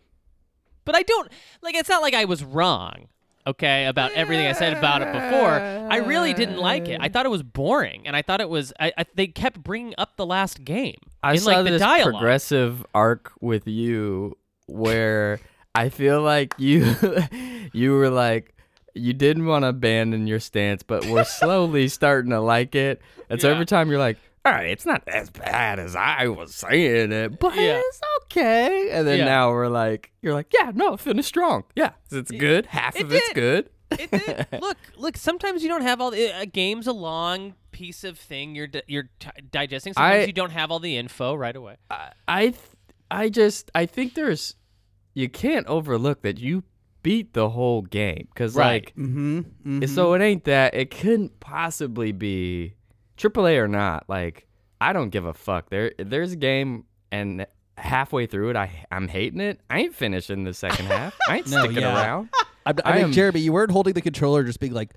Speaker 1: But I don't like. It's not like I was wrong. Okay, about everything I said about it before, I really didn't like it. I thought it was boring, and I thought it was. I, I they kept bringing up the last game
Speaker 5: I
Speaker 1: in
Speaker 5: saw
Speaker 1: like the
Speaker 5: this
Speaker 1: dialogue.
Speaker 5: progressive arc with you where I feel like you you were like you didn't want to abandon your stance, but we're slowly starting to like it. And so
Speaker 1: Yeah.
Speaker 5: every time you're like, all right, it's not as bad as I was saying it, but
Speaker 1: Yeah.
Speaker 5: it's okay. And then
Speaker 1: Yeah.
Speaker 5: now we're like, you're like, yeah, no, it finished strong. Yeah, it's good. Half
Speaker 1: it
Speaker 5: of it's
Speaker 1: did.
Speaker 5: good.
Speaker 1: it did. look, look. Sometimes you don't have all the a game's a long piece of thing you're di- you're t- digesting. Sometimes
Speaker 5: I- Uh,
Speaker 1: you don't have all the info right away.
Speaker 5: I- I th- I just I think there's you can't overlook that you beat the whole game because
Speaker 1: Right.
Speaker 5: like
Speaker 2: Mm-hmm.
Speaker 5: so it ain't that it couldn't possibly be AAA or not like I don't give a fuck there there's a game and halfway through it I I'm hating it I ain't finishing the second half I ain't
Speaker 2: No,
Speaker 5: sticking
Speaker 2: yeah.
Speaker 5: around
Speaker 2: I, I,
Speaker 5: I
Speaker 2: mean,
Speaker 5: am-
Speaker 2: Jeremy, you weren't holding the controller, just being like,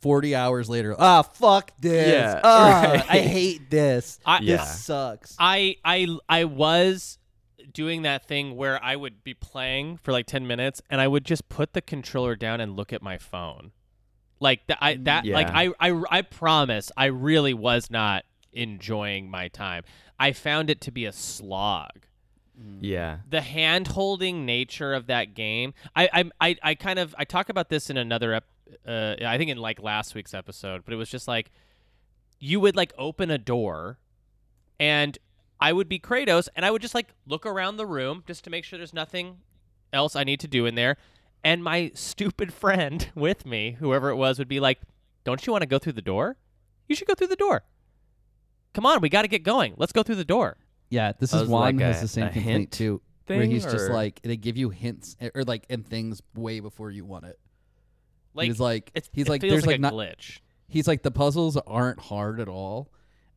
Speaker 2: forty hours later. Ah, fuck this.
Speaker 5: Yeah,
Speaker 2: Ah,
Speaker 5: right.
Speaker 2: I hate this.
Speaker 1: I,
Speaker 5: Yeah.
Speaker 2: This sucks.
Speaker 1: I I I was doing that thing where I would be playing for like 10 minutes and I would just put the controller down and look at my phone. Like that I that like
Speaker 5: Mm, Yeah.
Speaker 1: I, I I promise I really was not enjoying my time. I found it to be a slog.
Speaker 2: Mm.
Speaker 5: yeah
Speaker 1: the hand holding nature of that game. I, I I I kind of I talk about this in another ep- uh, I think in like last week's episode, but it was just like you would like open a door and I would be Kratos and I would just like look around the room just to make sure there's nothing else I need to do in there. And my stupid friend with me, whoever it was, would be like, Don't you want to go through the door? You should go through the door. Come on, we got to get going. Let's go through the door.
Speaker 2: Yeah, this
Speaker 5: I
Speaker 2: is
Speaker 5: was
Speaker 2: Juan
Speaker 5: like
Speaker 2: has
Speaker 5: a-
Speaker 2: the same
Speaker 5: a
Speaker 2: complaint
Speaker 5: hint
Speaker 2: too, where
Speaker 5: thing,
Speaker 2: he's just
Speaker 5: or-
Speaker 2: like they give you hints eh, or like and things way before you want it.
Speaker 1: Like,
Speaker 2: he's like
Speaker 1: it's,
Speaker 2: he's
Speaker 1: it
Speaker 2: like
Speaker 1: feels
Speaker 2: there's
Speaker 1: like,
Speaker 2: like,
Speaker 1: a
Speaker 2: not
Speaker 1: glitch.
Speaker 2: he's like the puzzles aren't hard at all,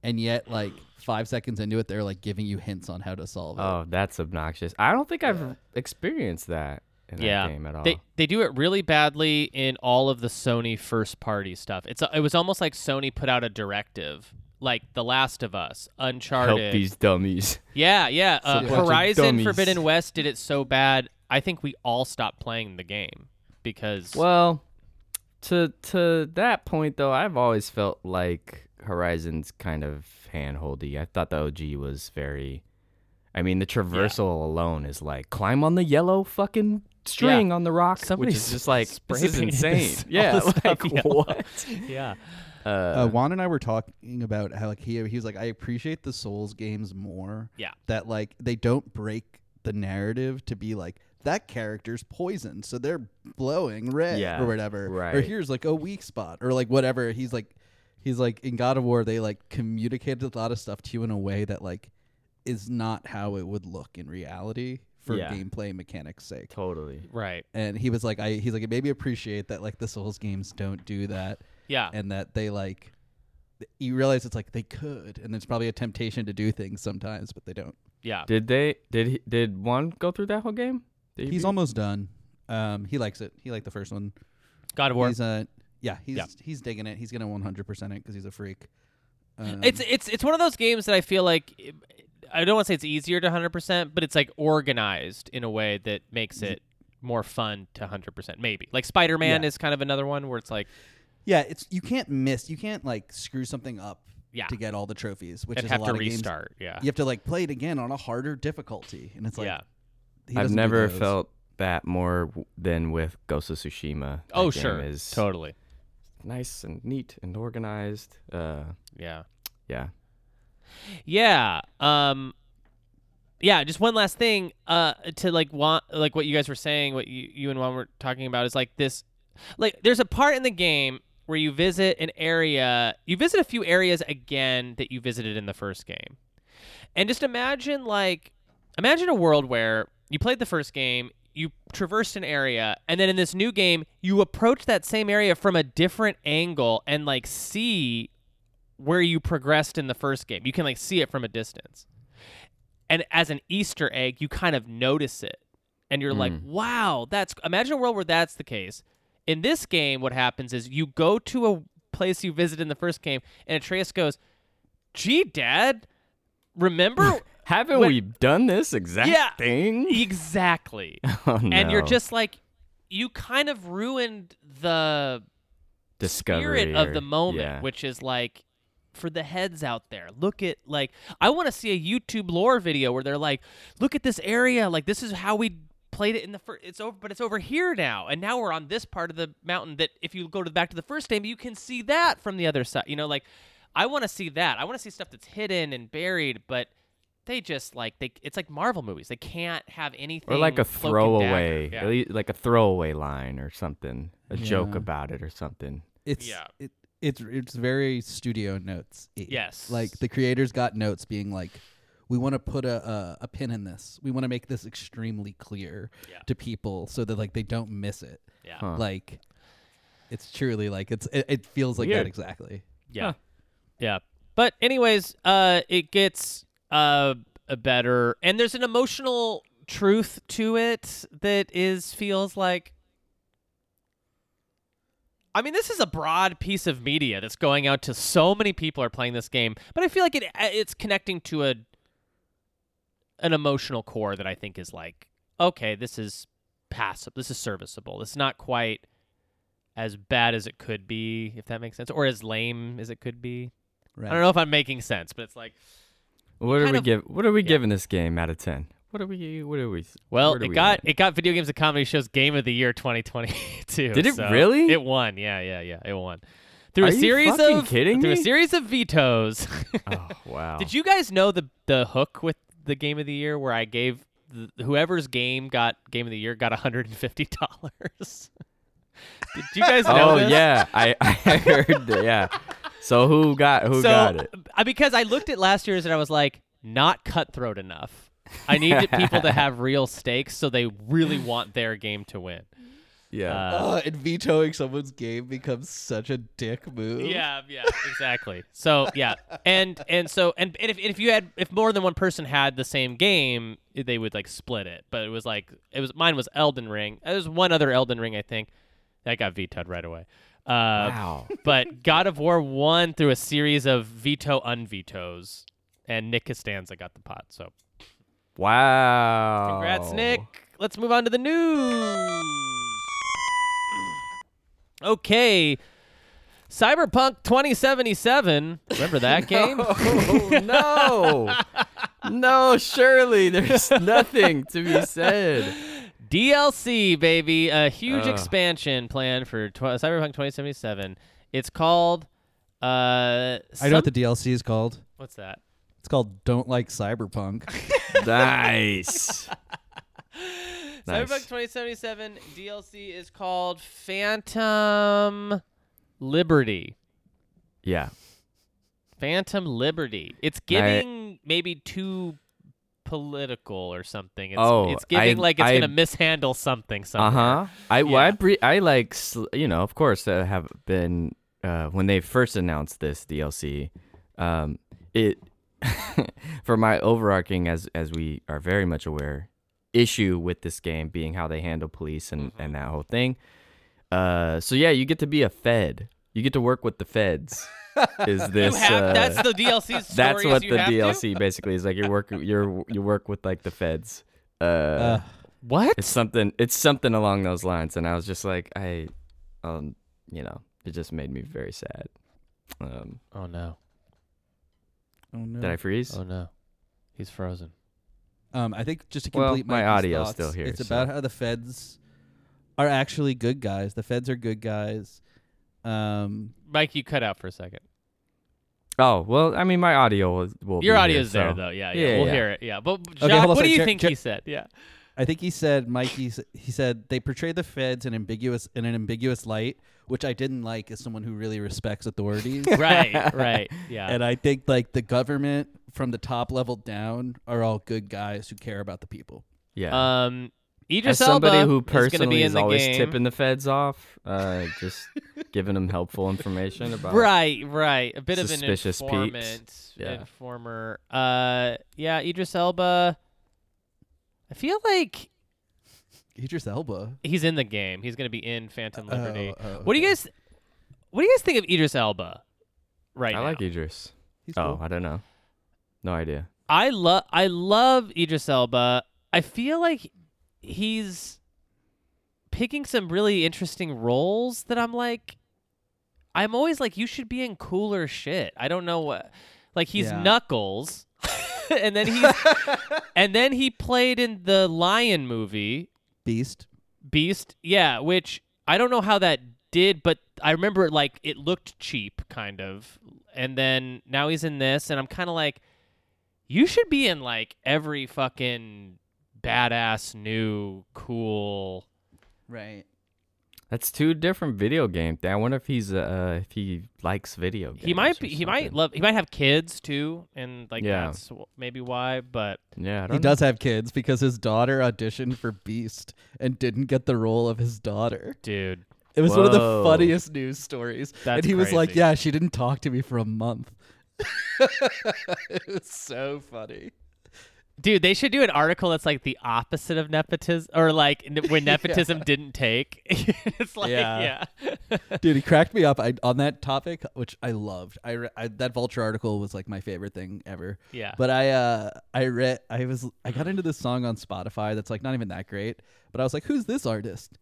Speaker 2: and yet like five seconds into it they're like giving you hints on how to solve it.
Speaker 5: oh that's obnoxious I don't think I've experienced that in
Speaker 1: yeah.
Speaker 5: that game at all
Speaker 1: They they do it really badly in all of the Sony first party stuff. It's it was almost like Sony put out a directive like The Last of Us, Uncharted.
Speaker 5: Help these dummies.
Speaker 1: Yeah, yeah. Uh,
Speaker 5: bunch of
Speaker 1: Horizon
Speaker 5: dummies.
Speaker 1: Forbidden West did it so bad. I think we all stopped playing the game because
Speaker 5: Well, to to that point though, I've always felt like Horizon's kind of handholdy. I thought the OG was very. I mean, the traversal alone is like climb on the yellow fucking string on the rock, which
Speaker 1: Somebody's
Speaker 5: is just like
Speaker 1: spray
Speaker 5: this is
Speaker 1: painted
Speaker 5: insane.
Speaker 1: this- all
Speaker 5: yeah,
Speaker 1: this stuff
Speaker 5: like
Speaker 1: yellow.
Speaker 5: what?
Speaker 1: yeah,
Speaker 5: Uh,
Speaker 2: Uh, Juan and I were talking about how like he he was like I appreciate the Souls games more.
Speaker 1: Yeah.
Speaker 2: That like they don't break the narrative to be like that character's poisoned, so they're blowing red
Speaker 5: Yeah,
Speaker 2: or whatever. Or
Speaker 5: right.
Speaker 2: here's like a weak spot or like whatever. He's like he's like in God of War they like communicated a lot of stuff to you in a way that like is not how it would look in reality for
Speaker 5: Yeah.
Speaker 2: gameplay mechanics sake
Speaker 5: totally.
Speaker 1: right.
Speaker 2: and he was like i he's like it made me appreciate that like the souls games don't do that
Speaker 1: Yeah.
Speaker 2: and that they like th- you realize it's like they could and there's probably a temptation to do things sometimes but they don't
Speaker 1: Yeah.
Speaker 5: Did they? Did he, did one go through that whole game? Did he
Speaker 2: he's
Speaker 5: beat-
Speaker 2: almost done um he likes it he liked the first one
Speaker 1: God of War.
Speaker 2: he's uh yeah he's he's digging it he's gonna 100 percent it because he's a freak um,
Speaker 1: it's it's it's one of those games that I feel like I don't want to say it's easier to 100%, but it's like organized in a way that makes it more fun to 100%. Maybe. Like Spider-Man
Speaker 2: Yeah.
Speaker 1: is kind of another one where it's like
Speaker 2: yeah it's you can't miss you can't like screw something up
Speaker 1: Yeah.
Speaker 2: to get all the trophies which
Speaker 1: and
Speaker 2: is
Speaker 1: have
Speaker 2: a lot
Speaker 1: to
Speaker 2: of games-
Speaker 1: restart. Yeah.
Speaker 2: you have to like play it again on a harder difficulty and it's like
Speaker 1: yeah.
Speaker 2: he
Speaker 5: I've
Speaker 2: doesn't do
Speaker 5: never
Speaker 2: those.
Speaker 5: felt that more w- than with Ghost of Tsushima. That
Speaker 1: Oh
Speaker 5: game
Speaker 1: sure.
Speaker 5: is
Speaker 1: Totally.
Speaker 5: nice and neat and organized. Uh,
Speaker 1: Yeah.
Speaker 5: yeah.
Speaker 1: Yeah. Um yeah, just one last thing uh to like want like what you guys were saying, what you, you and Juan were talking about is like this like there's a part in the game where you visit an area, you visit a few areas again that you visited in the first game. And just imagine like imagine a world where you played the first game, you traversed an area, and then in this new game, you approach that same area from a different angle and like see where you progressed in the first game. You can like see it from a distance. And as an Easter egg, you kind of notice it. And you're like, wow, that's imagine a world where that's the case. In this game, what happens is you go to a place you visited in the first game, and Atreus goes, Gee, Dad, remember
Speaker 5: Haven't
Speaker 1: When-
Speaker 5: we done this exact
Speaker 1: Yeah.
Speaker 5: thing?
Speaker 1: exactly.
Speaker 5: Oh,
Speaker 1: And you're
Speaker 5: no.
Speaker 1: just like, you kind of ruined the spirit of
Speaker 5: or-
Speaker 1: the moment,
Speaker 5: yeah.
Speaker 1: which is like for the heads out there. Look at like I want to see a YouTube lore video where they're like, look at this area, like this is how we played it in the first. It's over, but it's over here now, and now we're on this part of the mountain. That if you go to back to the first game, you can see that from the other side. You know, like I want to see that. I want to see stuff that's hidden and buried, but. They just like they. It's like Marvel movies. They can't have anything
Speaker 5: or like a
Speaker 1: cloak and dagger.
Speaker 5: throwaway,
Speaker 1: Yeah.
Speaker 5: at least like a throwaway line or something, a joke
Speaker 2: Yeah.
Speaker 5: about it or something.
Speaker 2: it's
Speaker 1: Yeah.
Speaker 2: it, it's it's very studio notes.
Speaker 1: Yes.
Speaker 2: like the creators got notes being like, we want to put a, a a pin in this. We want to make this extremely clear
Speaker 1: Yeah.
Speaker 2: to people so that like they don't miss it.
Speaker 1: Yeah.
Speaker 5: Huh.
Speaker 2: Like, it's truly like it's it, it feels like
Speaker 5: Weird.
Speaker 2: that exactly.
Speaker 1: Yeah. Yeah. But anyways, uh it gets uh a better and there's an emotional truth to it that is feels like I mean, this is a broad piece of media that's going out to so many people are playing this game, but I feel like it uh, it's connecting to a an emotional core that I think is like, okay, this is passive, this is serviceable. It's not quite as bad as it could be, if that makes sense, or as lame as it could be.
Speaker 2: Right.
Speaker 1: I don't know if I'm making sense, but it's like,
Speaker 5: What are
Speaker 1: Kind
Speaker 5: we
Speaker 1: of-
Speaker 5: give? What are we giving this game out of ten? What are we? What are we?
Speaker 1: well,
Speaker 5: where do
Speaker 1: it
Speaker 5: we
Speaker 1: got
Speaker 5: rank?
Speaker 1: it got video games and comedy shows game of the year 2022.
Speaker 5: Did it
Speaker 1: so
Speaker 5: really?
Speaker 1: It won. Yeah, yeah, yeah. It won through
Speaker 5: Are
Speaker 1: a
Speaker 5: you
Speaker 1: series
Speaker 5: fucking
Speaker 1: of
Speaker 5: kidding
Speaker 1: through a
Speaker 5: me?
Speaker 1: series of vetoes.
Speaker 5: Oh wow!
Speaker 1: Did you guys know the the hook with the game of the year where I gave the, whoever's game got game of the year got 150 dollars? Did you guys know?
Speaker 5: Oh
Speaker 1: this?
Speaker 5: yeah, I I heard that. Yeah. So who got who
Speaker 1: so,
Speaker 5: got it?
Speaker 1: uh, Because I looked at last year's and I was like, not cutthroat enough. I need to- people to have real stakes so they really want their game to win.
Speaker 5: Yeah.
Speaker 1: Uh,
Speaker 2: Oh, and vetoing someone's game becomes such a dick move.
Speaker 1: yeah, yeah, exactly. So yeah, and and so and, and if and if you had if more than one person had the same game, they would like split it. But it was like it was mine was Elden Ring. There was one other Elden Ring I think that got vetoed right away. Uh,
Speaker 5: Wow.
Speaker 1: but God of War won through a series of veto unvetoes, and Nick Costanza got the pot. So
Speaker 5: Wow.
Speaker 1: congrats, Nick. Let's move on to the news. Okay. Cyberpunk 2077. Remember that game?
Speaker 5: Oh, no. no, surely there's nothing to be said.
Speaker 1: DLC, baby. A huge
Speaker 5: Ugh.
Speaker 1: expansion planned for tw- Cyberpunk 2077. It's called. Uh,
Speaker 2: I know
Speaker 1: some-
Speaker 2: what the DLC is called.
Speaker 1: What's that?
Speaker 2: It's called Don't Like Cyberpunk.
Speaker 5: Nice. Nice.
Speaker 1: Cyberpunk 2077 DLC is called Phantom Liberty.
Speaker 5: Yeah.
Speaker 1: Phantom Liberty. It's giving maybe too political or something. It's,
Speaker 5: Oh,
Speaker 1: it's giving
Speaker 5: I-
Speaker 1: like it's
Speaker 5: I-
Speaker 1: gonna mishandle something.
Speaker 5: Uh
Speaker 1: Somewhere.
Speaker 5: huh. I well, I
Speaker 1: Yeah.
Speaker 5: pre- I like sl- you know of course I have been uh, when they first announced this DLC, um, it for my overarching as as we are very much aware issue with this game being how they handle police and
Speaker 1: Mm-hmm.
Speaker 5: and that whole thing. Uh, so yeah, you get to be a fed. You get to work with the feds. Is this
Speaker 1: You have,
Speaker 5: uh,
Speaker 1: that's the DLC's story.
Speaker 5: that's
Speaker 1: is
Speaker 5: what
Speaker 1: you
Speaker 5: the
Speaker 1: have to?
Speaker 5: DLC basically is like? You work you're you work with like the feds. uh
Speaker 1: What?
Speaker 5: it's something it's something along those lines and i was just like i um you know it just made me very sad um
Speaker 1: Oh no!
Speaker 2: oh no.
Speaker 5: did i freeze
Speaker 1: Oh no! He's frozen.
Speaker 2: Um, I think just to
Speaker 5: Well,
Speaker 2: complete
Speaker 5: my
Speaker 2: Mikey's
Speaker 5: audio's
Speaker 2: thoughts,
Speaker 5: still here,
Speaker 2: It's
Speaker 5: so-
Speaker 2: about how the feds are actually good guys. The feds are good guys. Um,
Speaker 1: Mike, you cut out for a second.
Speaker 5: oh well i mean my audio will, will be
Speaker 1: Your
Speaker 5: here,
Speaker 1: audio's there
Speaker 5: so-
Speaker 1: though. Yeah, yeah.
Speaker 5: Yeah, yeah,
Speaker 1: we'll
Speaker 5: yeah.
Speaker 1: hear it. Yeah, but Jacques,
Speaker 2: hold on a
Speaker 1: what do
Speaker 2: second.
Speaker 1: you
Speaker 2: Check-
Speaker 1: think
Speaker 2: check-
Speaker 1: he said? Yeah.
Speaker 2: I think he said Mikey. s- He said they portray the feds in ambiguous in an ambiguous light, which I didn't like as someone who really respects authorities.
Speaker 1: right. Right. Yeah.
Speaker 2: And I think like the government from the top level down are all good guys who care about the people.
Speaker 5: yeah
Speaker 1: Um, Idris
Speaker 5: as somebody
Speaker 1: Elba
Speaker 5: who
Speaker 1: is going to
Speaker 5: personally
Speaker 1: be
Speaker 5: is,
Speaker 1: in the
Speaker 5: always
Speaker 1: game.
Speaker 5: tipping the feds off uh just giving them helpful information about
Speaker 1: right, right. A bit
Speaker 5: Suspicious
Speaker 1: of
Speaker 5: peeps.
Speaker 1: an informant,
Speaker 5: Yeah.
Speaker 1: informer. Uh, yeah, Idris Elba. I feel like
Speaker 2: Idris Elba.
Speaker 1: he's in the game. He's going to be in Phantom Liberty.
Speaker 2: Oh, oh,
Speaker 1: What do you guys? What do you guys think of Idris Elba? Right
Speaker 5: i
Speaker 1: now,
Speaker 5: like idris
Speaker 2: He's
Speaker 5: oh
Speaker 2: cool.
Speaker 5: i don't know no idea
Speaker 1: I love I love Idris Elba. I feel like he's picking some really interesting roles that I'm like I'm always like you should be in cooler shit. I don't know what like he's
Speaker 2: Yeah.
Speaker 1: Knuckles. and then he's and then he played in the Lion movie
Speaker 2: Beast.
Speaker 1: Beast. Yeah, which I don't know how that did, but I remember like it looked cheap, kind of. And then now he's in this, and I'm kind of like, you should be in like every fucking badass new cool.
Speaker 2: Right.
Speaker 5: that's two different video games. I wonder if he's uh if he likes video games.
Speaker 1: He might
Speaker 5: or
Speaker 1: be. He might
Speaker 5: something.
Speaker 1: love. He might have kids too, and like
Speaker 5: Yeah.
Speaker 1: that's w- maybe why. But
Speaker 5: Yeah, I don't
Speaker 2: He does have kids because his daughter auditioned for Beast and didn't get the role of his daughter.
Speaker 1: dude,
Speaker 2: It was one of the
Speaker 5: Whoa.
Speaker 2: funniest news stories.
Speaker 1: That's
Speaker 2: and he was like,
Speaker 1: crazy.
Speaker 2: Yeah, she didn't talk to me for a month. it was so funny.
Speaker 1: dude, they should do an article that's like the opposite of nepotism, or like n- when nepotism didn't take. it's like
Speaker 2: Yeah.
Speaker 1: yeah.
Speaker 2: Dude, he cracked me up I, on that topic, which I loved. I, re- I that Vulture article was like my favorite thing ever.
Speaker 1: Yeah.
Speaker 2: But I uh I read I was I got into this song on Spotify that's like not even that great, but I was like, who's this artist?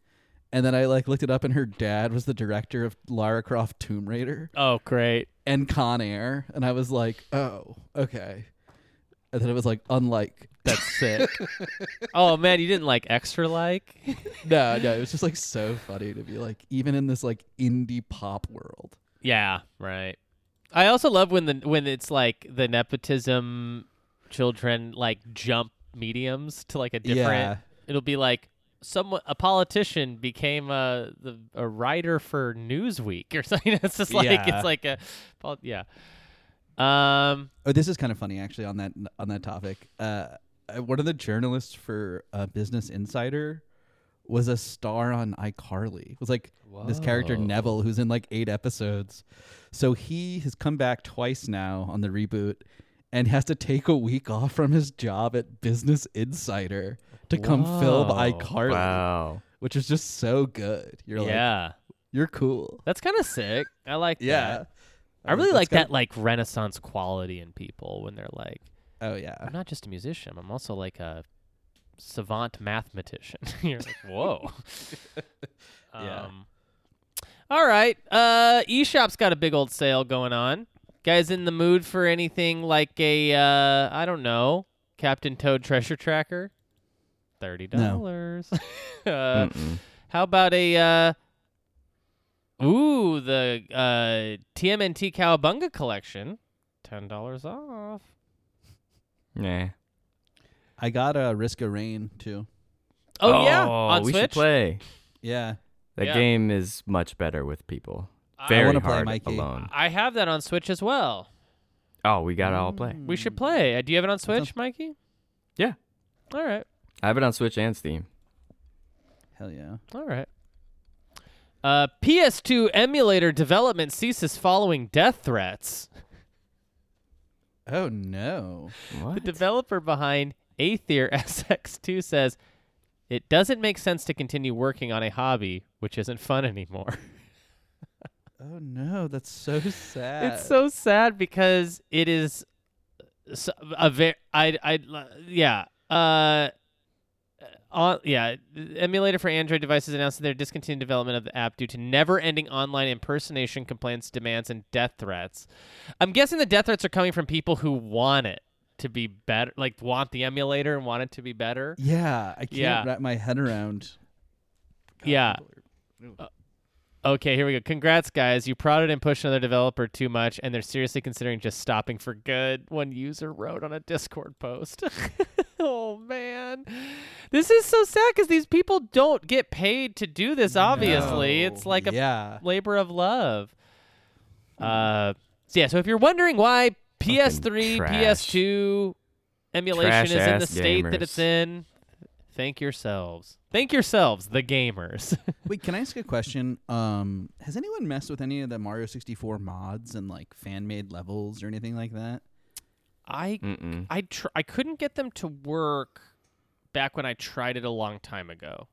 Speaker 2: And then I like looked it up, and her dad was the director of Lara Croft Tomb Raider
Speaker 1: oh, great.
Speaker 2: and Con Air, and I was like, oh, okay. And then it was like, unlike that's sick.
Speaker 1: Oh man, you didn't like extra like.
Speaker 2: no, no, it was just like so funny to be like, even in this like indie pop world.
Speaker 1: yeah, right. I also love when the when it's like the nepotism children like jump mediums to like a different.
Speaker 2: Yeah.
Speaker 1: It'll be like someone a politician became a the, a writer for Newsweek or something. It's just like
Speaker 2: Yeah.
Speaker 1: it's like a pol- yeah. Um.
Speaker 2: Oh, this is kind of funny actually on that on that topic. Uh, uh, one of the journalists for uh, Business Insider was a star on iCarly. It was like this character
Speaker 1: Whoa.
Speaker 2: Neville, who's in like eight episodes. So he has come back twice now on the reboot, and has to take a week off from his job at Business Insider to come film
Speaker 1: Whoa.
Speaker 2: iCarly,
Speaker 5: Wow.
Speaker 2: which is just so good. You're like,
Speaker 1: yeah.
Speaker 2: You're cool.
Speaker 1: That's kind of sick. I like
Speaker 2: Yeah.
Speaker 1: that. I really
Speaker 2: that's
Speaker 1: like
Speaker 2: kinda-
Speaker 1: that like renaissance quality in people when they're like
Speaker 2: Oh yeah.
Speaker 1: I'm not just a musician, I'm also like a savant mathematician. You're like, "Whoa."
Speaker 2: Yeah.
Speaker 1: Um, all right. Uh eShop's got a big old sale going on. Guys in the mood for anything like a uh I don't know, Captain Toad treasure tracker? $30. uh,
Speaker 5: Mm-mm.
Speaker 1: how about a uh Ooh, the uh TMNT Cowabunga collection. Ten dollars off.
Speaker 5: Nah.
Speaker 2: I got a Risk of Rain too.
Speaker 1: Oh, yeah. On
Speaker 5: we
Speaker 1: Switch.
Speaker 5: should play.
Speaker 2: Yeah.
Speaker 5: That
Speaker 1: Yeah.
Speaker 5: game is much better with people.
Speaker 1: I
Speaker 5: Very
Speaker 2: wanna play,
Speaker 5: hard
Speaker 2: Mikey.
Speaker 5: alone.
Speaker 1: I have that on Switch as well.
Speaker 5: Oh, we gotta all play.
Speaker 1: We should play. Uh, Do you have it on Switch, Mikey?
Speaker 5: Yeah.
Speaker 1: All right.
Speaker 5: I have it on Switch and Steam.
Speaker 2: Hell yeah.
Speaker 1: All right. Uh, PS2 emulator development ceases following death threats.
Speaker 2: Oh no.
Speaker 1: The
Speaker 5: What?
Speaker 1: developer behind Aether SX2 says it doesn't make sense to continue working on a hobby which isn't fun anymore.
Speaker 2: Oh no. That's so sad.
Speaker 1: it's so sad because it is s- a very I I yeah uh on yeah emulator for Android devices announced their discontinued development of the app due to never-ending online impersonation complaints, demands, and death threats. I'm guessing the death threats are coming from people who want it to be better, like want the emulator and want it to be better.
Speaker 2: Yeah. I can't
Speaker 1: Yeah.
Speaker 2: wrap my head around.
Speaker 1: yeah. Uh, okay, here we go. Congrats, guys. You prodded and pushed another developer too much, and they're seriously considering just stopping for good, one user wrote on a Discord post. oh, man. This is so sad because these people don't get paid to do this, obviously. It's like a
Speaker 2: yeah.
Speaker 1: labor of love. Uh, so yeah, so if you're wondering why PS3,
Speaker 5: trash.
Speaker 1: PS2 emulation is in the
Speaker 5: Trash-ass
Speaker 1: state that it's
Speaker 5: gamers.
Speaker 1: in, thank yourselves. Thank yourselves, the gamers.
Speaker 2: Wait, can I ask a question? Um, has anyone messed with any of the Mario 64 mods and like fan made levels or anything like that?
Speaker 1: I
Speaker 5: Mm-mm.
Speaker 1: I tr- I couldn't get them to work back when I tried it a long time ago.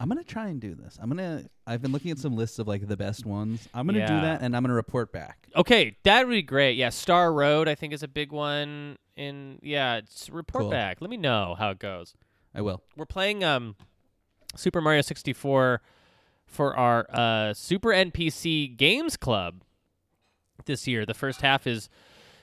Speaker 2: I'm gonna try and do this. I'm gonna. I've been looking at some lists of like the best ones. I'm gonna
Speaker 1: Yeah.
Speaker 2: do that, and I'm gonna report back.
Speaker 1: Okay, that would be great. Yeah, Star Road I think is a big one. In yeah, it's report
Speaker 2: Cool.
Speaker 1: back. Let me know how it goes.
Speaker 2: I will.
Speaker 1: We're playing um Super Mario 64 for our uh Super NPC Games Club this year. The first half is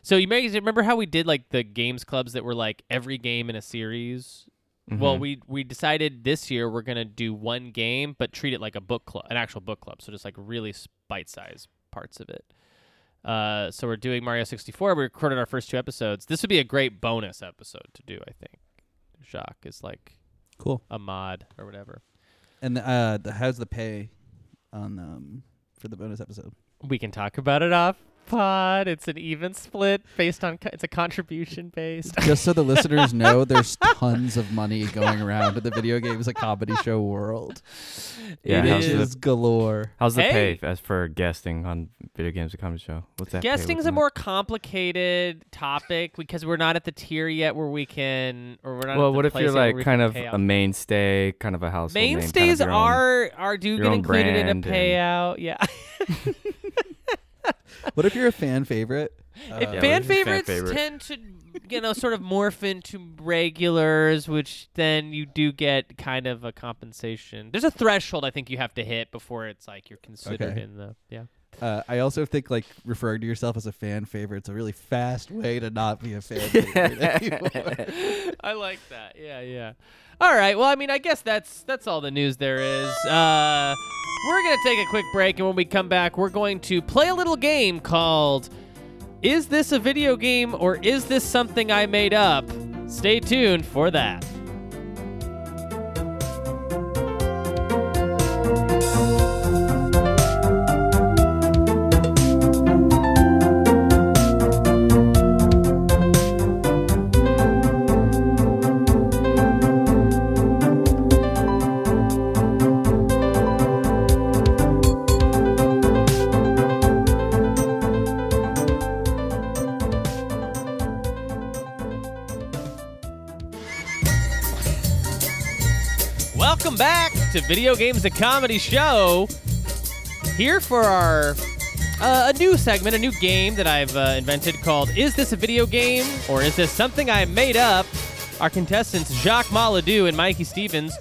Speaker 1: so you may remember how we did like the games clubs that were like every game in a series. Well, we we decided this year we're gonna do one game, but treat it like a book club, an actual book club. So just like really bite sized parts of it. Uh, so we're doing Mario 64. We recorded our first two episodes. This would be a great bonus episode to do, I think. Jacques is like
Speaker 2: Cool.
Speaker 1: a mod or whatever.
Speaker 2: And uh, the, how's the pay on um for the bonus episode?
Speaker 1: We can talk about it off pod. It's an even split based on co- it's a contribution based.
Speaker 2: Just so the listeners know, there's tons of money going around in the video games a comedy show world.
Speaker 5: Yeah,
Speaker 2: it
Speaker 5: how's
Speaker 2: is
Speaker 5: the-
Speaker 2: galore.
Speaker 5: How's the
Speaker 1: Hey.
Speaker 5: pay as for guesting on video games and comedy show? What's that? pay
Speaker 1: Guesting's a
Speaker 5: look like?
Speaker 1: more complicated topic because we're not at the tier yet where we can or we're not.
Speaker 5: Well,
Speaker 1: at the
Speaker 5: what if
Speaker 1: place
Speaker 5: you're
Speaker 1: yet where
Speaker 5: like
Speaker 1: we
Speaker 5: kind
Speaker 1: can
Speaker 5: of
Speaker 1: pay
Speaker 5: a
Speaker 1: out.
Speaker 5: mainstay, kind of a household name, kind of
Speaker 1: mainstays
Speaker 5: your own-
Speaker 1: are are do
Speaker 5: your
Speaker 1: get
Speaker 5: own
Speaker 1: included in a
Speaker 5: brand and-
Speaker 1: payout? Yeah,
Speaker 2: What if you're a fan favorite?
Speaker 1: If
Speaker 5: yeah,
Speaker 1: fan
Speaker 5: what is your fan
Speaker 1: favorites
Speaker 5: favorite?
Speaker 1: tend to you know sort of morph into regulars, which then you do get kind of a compensation. There's a threshold I think you have to hit before it's like you're considered
Speaker 2: Okay.
Speaker 1: in the yeah.
Speaker 2: Uh, I also think like referring to yourself as a fan favorite is a really fast way to not be a fan favorite anymore.
Speaker 1: I like that. Yeah, yeah. All right. Well, I mean, I guess that's that's all the news there is. Uh, we're gonna take a quick break, and when we come back, we're going to play a little game called "Is this a video game or is this something I made up?" Stay tuned for that. Welcome back to Video Games a Comedy Show. here for our uh, a new segment, a new game that I've uh, invented called "Is this a video game or is this something I made up?" Our contestants Jacques Maladou and Mikey Stevens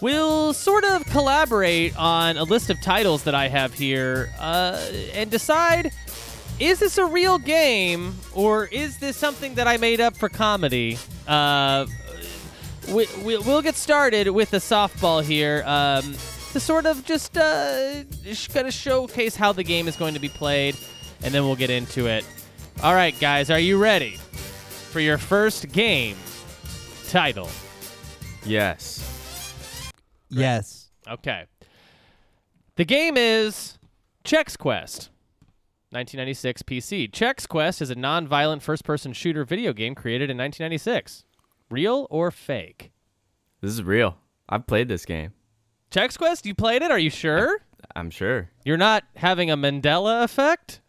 Speaker 1: will sort of collaborate on a list of titles that I have here uh, and decide. Is this a real game, or is this something that I made up for comedy? Uh, we, we, we'll get started with the softball here um, to sort of just uh, kind of showcase how the game is going to be played, and then we'll get into it. All right, guys, are you ready for your first game title?
Speaker 5: Yes.
Speaker 2: Yes.
Speaker 1: Okay. The game is Chex Quest. 1996 PC. Chex Quest is a non-violent first-person shooter video game created in 1996. Real or fake?
Speaker 5: This is real. I've played this game.
Speaker 1: Chex Quest, you played it? Are you sure?
Speaker 5: I'm sure.
Speaker 1: You're not having a Mandela effect?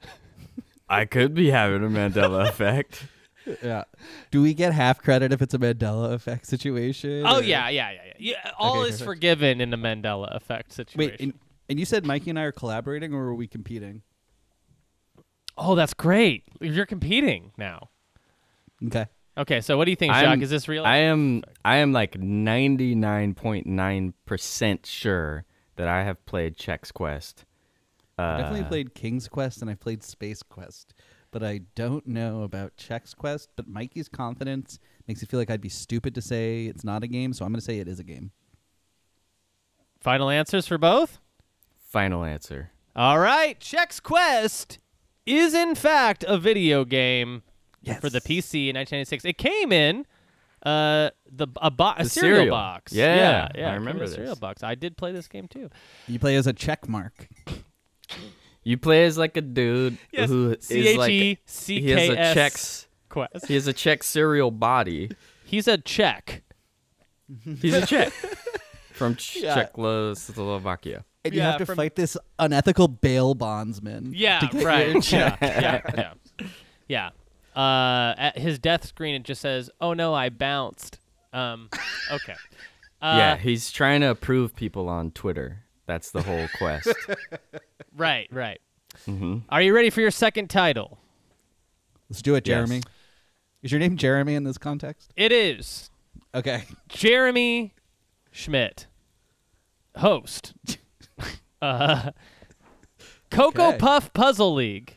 Speaker 5: I could be having a Mandela effect.
Speaker 2: Yeah.
Speaker 6: Do we get half credit if it's a Mandela effect situation?
Speaker 1: Oh
Speaker 6: or-
Speaker 1: yeah, yeah, yeah, yeah. yeah all
Speaker 6: Okay,
Speaker 1: is
Speaker 6: perfect.
Speaker 1: forgiven in a Mandela effect situation.
Speaker 2: Wait, and, and you said Mikey and I are collaborating or were we competing?
Speaker 1: oh, that's great. You're competing now.
Speaker 2: Okay.
Speaker 1: Okay, so what do you think,
Speaker 5: I'm-
Speaker 1: Jacques? Is this real?
Speaker 5: I am I am like 99.9% sure that I have played Chex Quest.
Speaker 6: I definitely
Speaker 5: Uh,
Speaker 6: played King's Quest and I played Space Quest, but I don't know about Chex Quest. But Mikey's confidence makes me feel like I'd be stupid to say it's not a game, so I'm going to say it is a game.
Speaker 1: Final answers for both?
Speaker 5: Final answer.
Speaker 1: All right, Chex Quest is in fact a video game for the PC in 1996. It came in uh the a, bo- a
Speaker 5: The
Speaker 1: cereal,
Speaker 5: cereal.
Speaker 1: box.
Speaker 5: Yeah,
Speaker 1: yeah,
Speaker 5: I
Speaker 1: yeah, it came in
Speaker 5: remember
Speaker 1: a cereal
Speaker 5: this.
Speaker 1: box. I did play this game too.
Speaker 6: You play as a check mark.
Speaker 5: You play as like a dude
Speaker 1: Yes,
Speaker 5: who is
Speaker 1: C H
Speaker 5: like
Speaker 1: E
Speaker 5: he
Speaker 1: C
Speaker 5: has
Speaker 1: K
Speaker 5: a
Speaker 1: S
Speaker 5: Chex
Speaker 1: Quest.
Speaker 5: he has a Czech cereal body.
Speaker 1: He's a Czech.
Speaker 5: He's a Czech from Ch- Czechoslovakia.
Speaker 6: And
Speaker 1: Yeah,
Speaker 6: you have to
Speaker 1: from-
Speaker 6: fight this unethical bail bondsman.
Speaker 1: Yeah, right. Yeah, yeah, yeah. yeah. Uh, at his death screen, it just says, "Oh no, I bounced." Um, okay. Uh,
Speaker 5: yeah, he's trying to approve people on Twitter. That's the whole quest.
Speaker 1: Right. Right. Are you ready for your second title?
Speaker 6: Let's do it,
Speaker 5: Yes.
Speaker 6: Jeremy. Is your name Jeremy in this context?
Speaker 1: It is
Speaker 6: Okay.
Speaker 1: Jeremy Schmidt, host. uh, Cocoa
Speaker 6: Okay.
Speaker 1: Puff Puzzle League,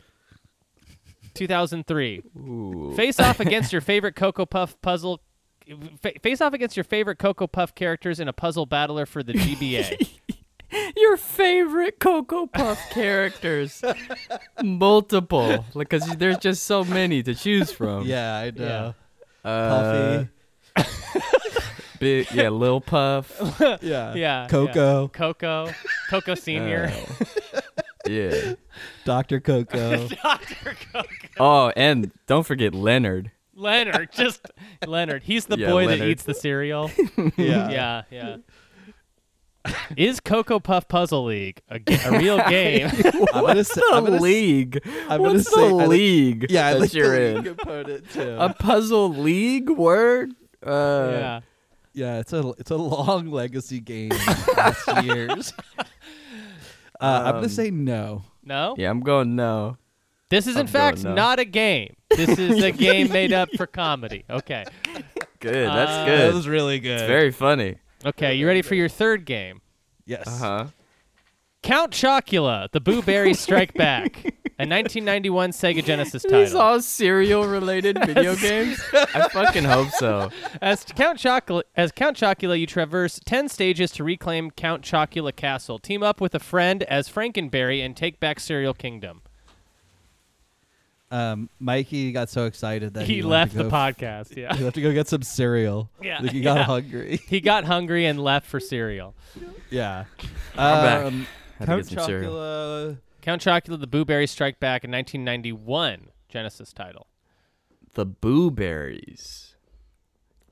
Speaker 1: 2003.
Speaker 5: Ooh.
Speaker 1: Face off against your favorite Cocoa Puff puzzle. fa- Face off against your favorite Cocoa Puff characters in a puzzle battler for the GBA.
Speaker 5: Your favorite Cocoa Puff characters. Multiple. Because there's just so many to choose from.
Speaker 6: Yeah, I know.
Speaker 1: yeah.
Speaker 5: Uh, Big, yeah, Lil Puff.
Speaker 6: Puffy. Yeah.
Speaker 1: yeah.
Speaker 6: Coco.
Speaker 1: Yeah. Coco. Coco Senior.
Speaker 5: Oh. Yeah.
Speaker 6: Dr. Coco.
Speaker 1: Dr. Coco.
Speaker 5: Oh, and don't forget Leonard.
Speaker 1: Leonard. Just Leonard. He's the
Speaker 5: Yeah,
Speaker 1: boy that
Speaker 5: Leonard.
Speaker 1: eats the cereal. yeah. Yeah. Is Coco Puff Puzzle League a, ga- a real game?
Speaker 6: I'm going to say. I'm gonna s-
Speaker 5: league?
Speaker 6: I'm gonna
Speaker 5: What's
Speaker 6: say- I
Speaker 5: the
Speaker 6: like-
Speaker 5: league
Speaker 6: yeah, I
Speaker 5: that
Speaker 6: like the
Speaker 5: you're
Speaker 6: league
Speaker 5: in?
Speaker 6: component, too.
Speaker 5: A puzzle league word? Uh,
Speaker 1: yeah.
Speaker 6: Yeah, it's a it's a long legacy game. past years. Uh,
Speaker 5: Um,
Speaker 6: I'm gonna say no.
Speaker 1: No.
Speaker 5: Yeah, I'm going no.
Speaker 1: This is in
Speaker 5: I'm going uh,
Speaker 1: fact
Speaker 5: no.
Speaker 1: not a game. This is a game made up for comedy. Okay.
Speaker 5: Good,
Speaker 1: Uh,
Speaker 5: that's good.
Speaker 6: really good.
Speaker 5: It's very funny.
Speaker 1: Okay, you ready for your third game?
Speaker 6: yes.
Speaker 5: Uh huh.
Speaker 1: Count Chocula, The Boo Berry Strike Back, a 1991 Sega Genesis
Speaker 5: These
Speaker 1: title.
Speaker 5: all cereal related video games? I fucking hope so.
Speaker 1: As Count Chocula, as Count Chocula, you traverse 10 stages to reclaim Count Chocula Castle. Team up with a friend as Frankenberry and take back Serial Kingdom.
Speaker 6: Um, Mikey got so excited that
Speaker 1: He,
Speaker 6: he, wanted
Speaker 1: left
Speaker 6: to
Speaker 1: the
Speaker 6: go-
Speaker 1: podcast. Yeah.
Speaker 6: He left to go get some cereal.
Speaker 1: Yeah,
Speaker 6: like he got
Speaker 1: yeah.
Speaker 6: hungry.
Speaker 1: He got hungry and left for cereal.
Speaker 6: yeah.
Speaker 5: back.
Speaker 6: Um,
Speaker 5: Had to
Speaker 6: Count
Speaker 5: get some cereal.
Speaker 6: Chocula.
Speaker 1: Count Chocula, The Boo Berry Strike Back, a 1991 Genesis title.
Speaker 5: The Boo Berries.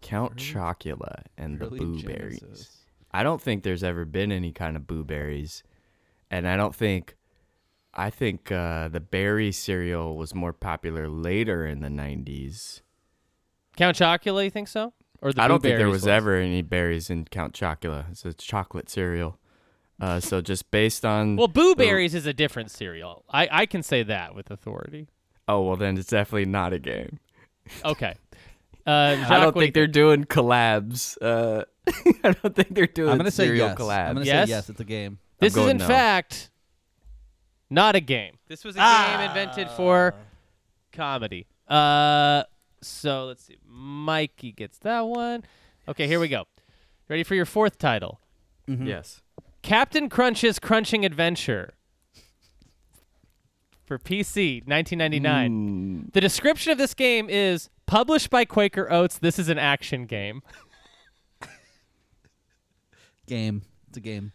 Speaker 5: Count Chocula and the
Speaker 6: Early
Speaker 5: Boo
Speaker 6: Genesis.
Speaker 5: Berries. I don't think there's ever been any kind of Boo Berries. And I don't think. I think uh, the berry cereal was more popular later in the 90s.
Speaker 1: Count Chocula, you think so? Or the
Speaker 5: I don't think there
Speaker 1: Booberries
Speaker 5: was ever any berries in Count Chocula. It's a chocolate cereal. Uh, so just based on
Speaker 1: Well, Boo Berries is a different cereal. I, I can say that with authority.
Speaker 5: oh well, then it's definitely not a game.
Speaker 1: Okay. Uh, Jacques,
Speaker 5: I don't
Speaker 1: what do you
Speaker 5: think they're doing collabs. Uh, I don't think they're doing.
Speaker 2: I'm gonna say
Speaker 5: serial
Speaker 2: yes.
Speaker 5: collabs.
Speaker 2: I'm gonna
Speaker 1: Yes?
Speaker 2: say yes. It's a game.
Speaker 1: This is
Speaker 5: going
Speaker 1: in
Speaker 5: no.
Speaker 1: fact not a game. This was a game invented for comedy. Uh so let's see. Mikey gets that one. Okay, here we go. Ready for your fourth title.
Speaker 2: hmm.
Speaker 5: Yes.
Speaker 1: Captain Crunch's Crunching Adventure. For PC,
Speaker 5: Hmm.
Speaker 1: 1999. The description of this game is published by Quaker Oats. This is an action game.
Speaker 2: Game. It's a game.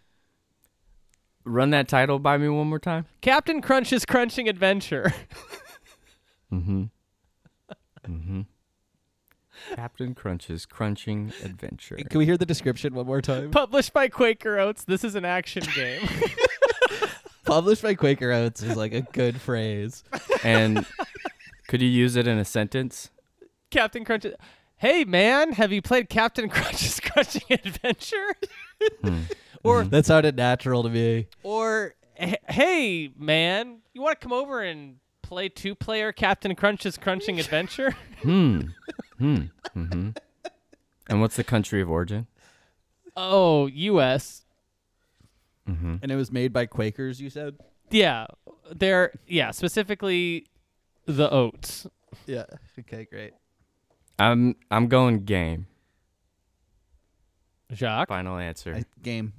Speaker 5: Run that title by me one more time.
Speaker 1: Captain Crunch's Crunching Adventure.
Speaker 5: Captain Crunch's Crunching Adventure.
Speaker 2: Can we hear the description one more time?
Speaker 1: published by Quaker Oats. This is an action game.
Speaker 2: Published by Quaker Oats is like a good phrase.
Speaker 5: And could you use it in a sentence?
Speaker 1: Captain Crunch. Hey man, have you played Captain Crunch's Crunching Adventure? or
Speaker 2: That sounded natural to me.
Speaker 1: or h- hey man, you want to come over and play two player Captain Crunch's Crunching Adventure?
Speaker 5: And what's the country of origin?
Speaker 1: oh, US.
Speaker 2: And it was made by Quakers, you said?
Speaker 1: Yeah. They're yeah, specifically the oats.
Speaker 2: Yeah. Okay, great.
Speaker 5: I'm I'm going game.
Speaker 1: Jacques.
Speaker 5: Final answer.
Speaker 2: I, game.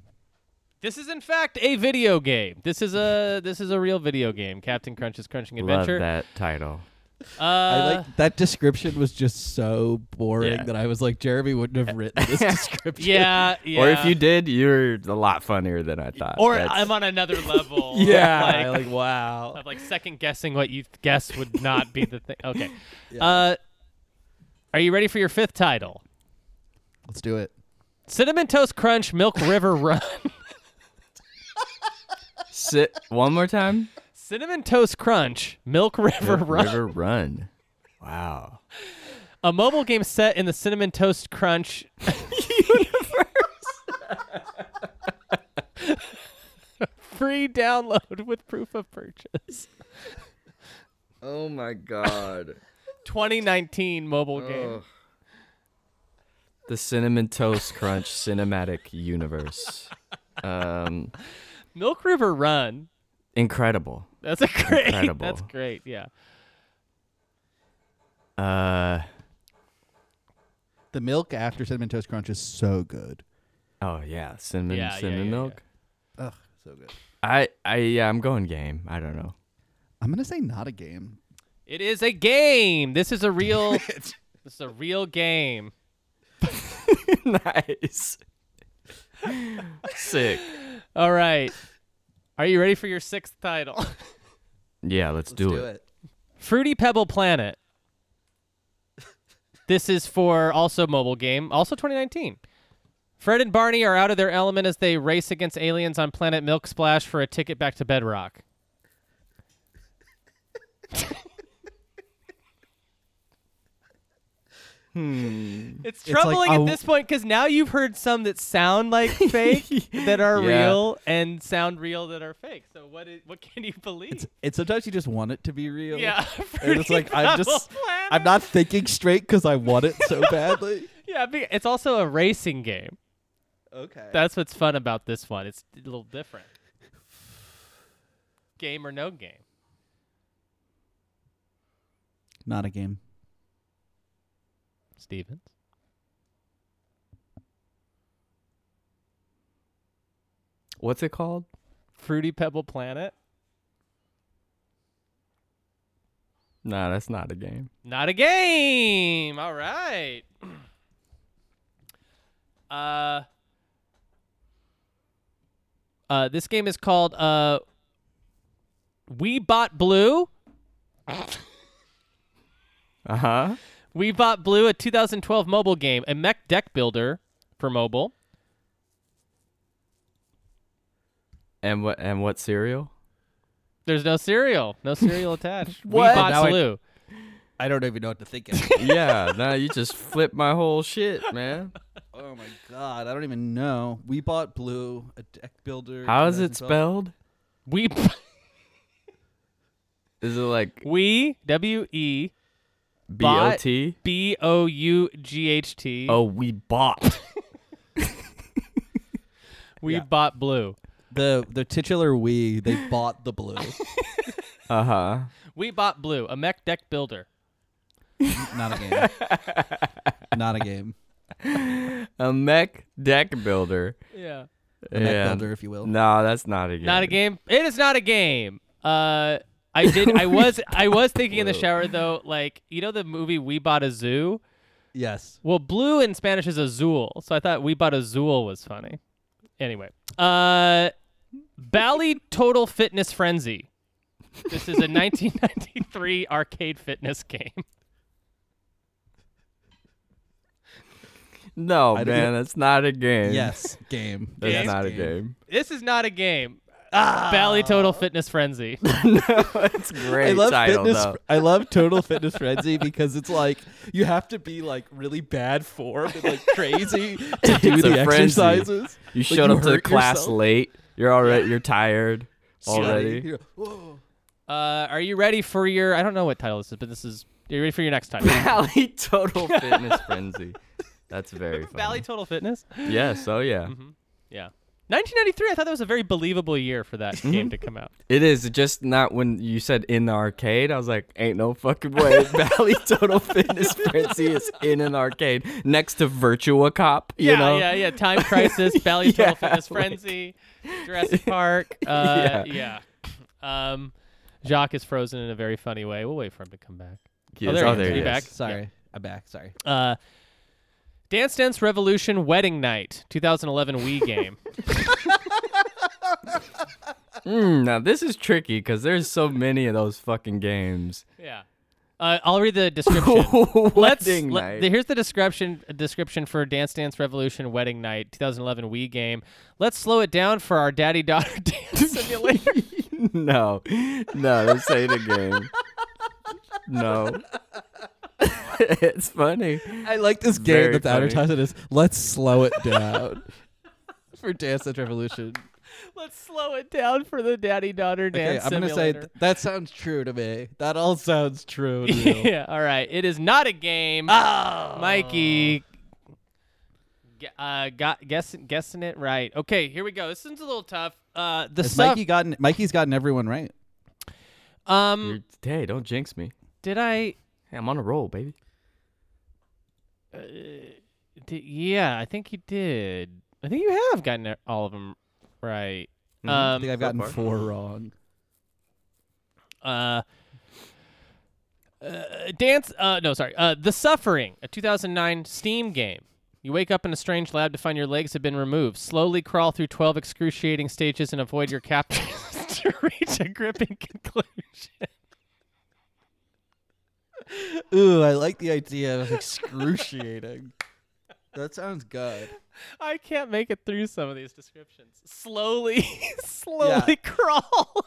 Speaker 1: This is in fact a video game. This is a this is a real video game, Captain Crunch's Crunching
Speaker 5: Love
Speaker 1: Adventure.
Speaker 5: that title.
Speaker 1: Uh,
Speaker 2: I like that description was just so boring
Speaker 5: Yeah.
Speaker 2: that I was like, Jeremy wouldn't have written this description.
Speaker 1: yeah, yeah.
Speaker 5: Or if you did, you're a lot funnier than I thought.
Speaker 1: or
Speaker 5: That's-
Speaker 1: I'm on another level.
Speaker 5: Yeah,
Speaker 1: like,
Speaker 2: like wow.
Speaker 1: of like second guessing what you guess would not be the thing. Okay, uh, are you ready for your fifth title?
Speaker 2: Let's do it.
Speaker 1: Cinnamon Toast Crunch Milk River Run.
Speaker 5: Sit one more time.
Speaker 1: Cinnamon Toast Crunch Milk River Run.
Speaker 5: River Run.
Speaker 1: A mobile game set in the Cinnamon Toast Crunch universe. Free download with proof of purchase.
Speaker 5: Oh my god.
Speaker 1: 2019 mobile game.
Speaker 5: the Cinnamon Toast Crunch cinematic universe. Um,
Speaker 1: Milk River Run.
Speaker 5: incredible.
Speaker 1: That's a great.
Speaker 5: Incredible.
Speaker 1: That's great. Yeah.
Speaker 5: Uh,
Speaker 2: The milk after cinnamon toast crunch is so good.
Speaker 5: oh yeah, cinnamon
Speaker 1: Yeah, yeah,
Speaker 5: cinnamon
Speaker 1: yeah,
Speaker 5: milk.
Speaker 2: Ugh, so good.
Speaker 5: I I yeah, I'm going game. I don't know.
Speaker 2: I'm gonna say not a game.
Speaker 1: It is a game. This is a real. this is a real game.
Speaker 5: nice. Sick.
Speaker 1: All right. Are you ready for your sixth title?
Speaker 5: Yeah, let's, do, it.
Speaker 1: Fruity Pebble Planet. This is for also mobile game, also 2019. Fred and Barney are out of their element as they race against aliens on planet Milk Splash for a ticket back to Bedrock. It's
Speaker 2: like
Speaker 1: troubling at
Speaker 2: a-
Speaker 1: this point because now you've heard some that sound like fake that are
Speaker 5: Yeah.
Speaker 1: real and sound real that are fake. So what is what can you believe?
Speaker 2: And sometimes you just want it to be real.
Speaker 1: yeah,
Speaker 2: And it's
Speaker 1: Fruity
Speaker 2: like I'm just
Speaker 1: Pebble Planet.
Speaker 2: I'm not thinking straight because I want it so badly.
Speaker 1: Yeah, I mean, it's also a racing game.
Speaker 2: Okay.
Speaker 1: That's what's fun about this one. It's a little different. Game or no game.
Speaker 2: Not a game.
Speaker 1: Stevens.
Speaker 5: What's it called?
Speaker 1: Fruity Pebble Planet.
Speaker 5: Nah, that's not a game.
Speaker 1: Not a game. All right. Uh Uh this game is called uh We Bought Blue.
Speaker 5: Uh huh.
Speaker 1: We Bought Blue, a 2012 mobile game, a mech deck builder for mobile.
Speaker 5: And what and what cereal?
Speaker 1: There's no cereal. No cereal attached.
Speaker 5: What?
Speaker 1: We bought
Speaker 5: Now I-
Speaker 1: blue.
Speaker 2: I don't even know what to think. Of.
Speaker 5: yeah, nah, you just flipped my whole shit, man.
Speaker 2: oh my god, I don't even know. We bought blue a deck builder.
Speaker 5: How is it
Speaker 2: 2012.
Speaker 5: spelled?
Speaker 1: We
Speaker 5: Is it like
Speaker 1: we w e
Speaker 5: B O T?
Speaker 1: b o u g h t.
Speaker 5: Oh, we bought.
Speaker 1: we bought blue.
Speaker 2: The the titular we they bought the blue.
Speaker 5: Uh huh.
Speaker 1: We bought blue. A mech deck builder.
Speaker 2: Not a game. Not a game.
Speaker 5: A mech deck builder.
Speaker 1: Yeah.
Speaker 2: A mech builder, if you will.
Speaker 5: No, that's not a game.
Speaker 1: Not a game. It is not a game. Uh, I did. I was. I was thinking in the shower though. Like you know the movie We Bought a Zoo.
Speaker 2: Yes.
Speaker 1: Well, blue in Spanish is azul, so I thought we bought azul was funny. Anyway, uh, Bally Total Fitness Frenzy. This is a 1993 arcade fitness game.
Speaker 5: No,
Speaker 2: I
Speaker 5: man,
Speaker 2: don't even-
Speaker 5: that's not a game.
Speaker 2: Yes. Game.
Speaker 5: That's
Speaker 1: Yes,
Speaker 5: not a game.
Speaker 1: This is not a game. Ah. Bally Total Fitness Frenzy.
Speaker 5: It's great
Speaker 2: I love
Speaker 5: title
Speaker 2: fitness.
Speaker 5: though.
Speaker 2: I love total fitness frenzy because it's like you have to be like really bad form and like crazy to do
Speaker 5: It's a
Speaker 2: the
Speaker 5: frenzy.
Speaker 2: exercises.
Speaker 5: You
Speaker 2: Like,
Speaker 5: showed
Speaker 2: you
Speaker 5: up to the
Speaker 2: hurt
Speaker 5: class
Speaker 2: yourself.
Speaker 5: late. You're already you're tired already.
Speaker 2: You're- whoa.
Speaker 1: Uh, are you ready for your? I don't know what title this is, but this is. Are you ready for your next title?
Speaker 5: Valley Total Fitness Frenzy. That's very funny.
Speaker 1: Bally Total Fitness.
Speaker 5: Yes, oh yeah.
Speaker 2: Mm-hmm.
Speaker 1: Yeah. 1993. I thought that was a very believable year for that game to come out.
Speaker 5: It is just not when you said in the arcade. I was like, ain't no fucking way. Valley Total Fitness Frenzy is in an arcade next to Virtua Cop. You
Speaker 1: yeah,
Speaker 5: know?
Speaker 1: yeah, yeah. Time Crisis, Valley Total
Speaker 5: Yeah,
Speaker 1: Fitness
Speaker 5: like-
Speaker 1: Frenzy, Jurassic Park. Uh, yeah.
Speaker 5: Yeah.
Speaker 1: Um, Jacques is frozen in a very funny way. We'll wait for him to come back.
Speaker 5: Yes,
Speaker 1: there he
Speaker 5: oh,
Speaker 1: is.
Speaker 5: there
Speaker 1: Be
Speaker 5: he
Speaker 1: back.
Speaker 5: is.
Speaker 2: Sorry, I'm back. Sorry.
Speaker 1: Uh, Dance Dance Revolution Wedding Night, 2011 Wii game.
Speaker 5: Mm, now this is tricky because there's so many of those fucking games.
Speaker 1: yeah. Uh, I'll read the description. Let's
Speaker 5: Wedding
Speaker 1: let-
Speaker 5: night.
Speaker 1: the- here's the description description for Dance Dance Revolution Wedding Night 2011 Wii game. Let's slow it down for our daddy daughter dance simulator.
Speaker 5: no, no, this ain't a game. No, it's funny.
Speaker 2: I like this game
Speaker 5: Very
Speaker 2: that's
Speaker 5: funny.
Speaker 2: advertising is let's slow it down for Dance Dance Revolution.
Speaker 1: Let's slow it down for the daddy daughter
Speaker 2: Okay,
Speaker 1: dance
Speaker 2: I'm gonna say
Speaker 1: simulator.
Speaker 2: th- that sounds true to me. That all sounds true to you. Oh.
Speaker 1: yeah, all right. It is not a game. Mikey. G- uh, got guessing guessing it right. Okay, here we go. This one's a little tough. Uh, the
Speaker 2: Has
Speaker 1: stuff.
Speaker 2: Mikey gotten Mikey's gotten everyone right.
Speaker 1: um,
Speaker 5: You're, hey, don't jinx me.
Speaker 1: did I?
Speaker 5: Hey, I'm on a roll, baby.
Speaker 1: Did, yeah, I think you did. I think you have gotten it- all of them right.
Speaker 5: Mhm.
Speaker 2: Mm-hmm. I think
Speaker 1: Um,
Speaker 2: I've gotten
Speaker 5: far.
Speaker 2: four wrong.
Speaker 1: uh, uh, dance. Uh, no, sorry. Uh, the Suffering, a 2009 Steam game. You wake up in a strange lab to find your legs have been removed. Slowly crawl through 12 excruciating stages and avoid your captors to reach a gripping conclusion.
Speaker 2: Ooh, I like the idea of excruciating. that sounds good.
Speaker 1: I can't make it through some of these descriptions. Slowly, slowly crawl.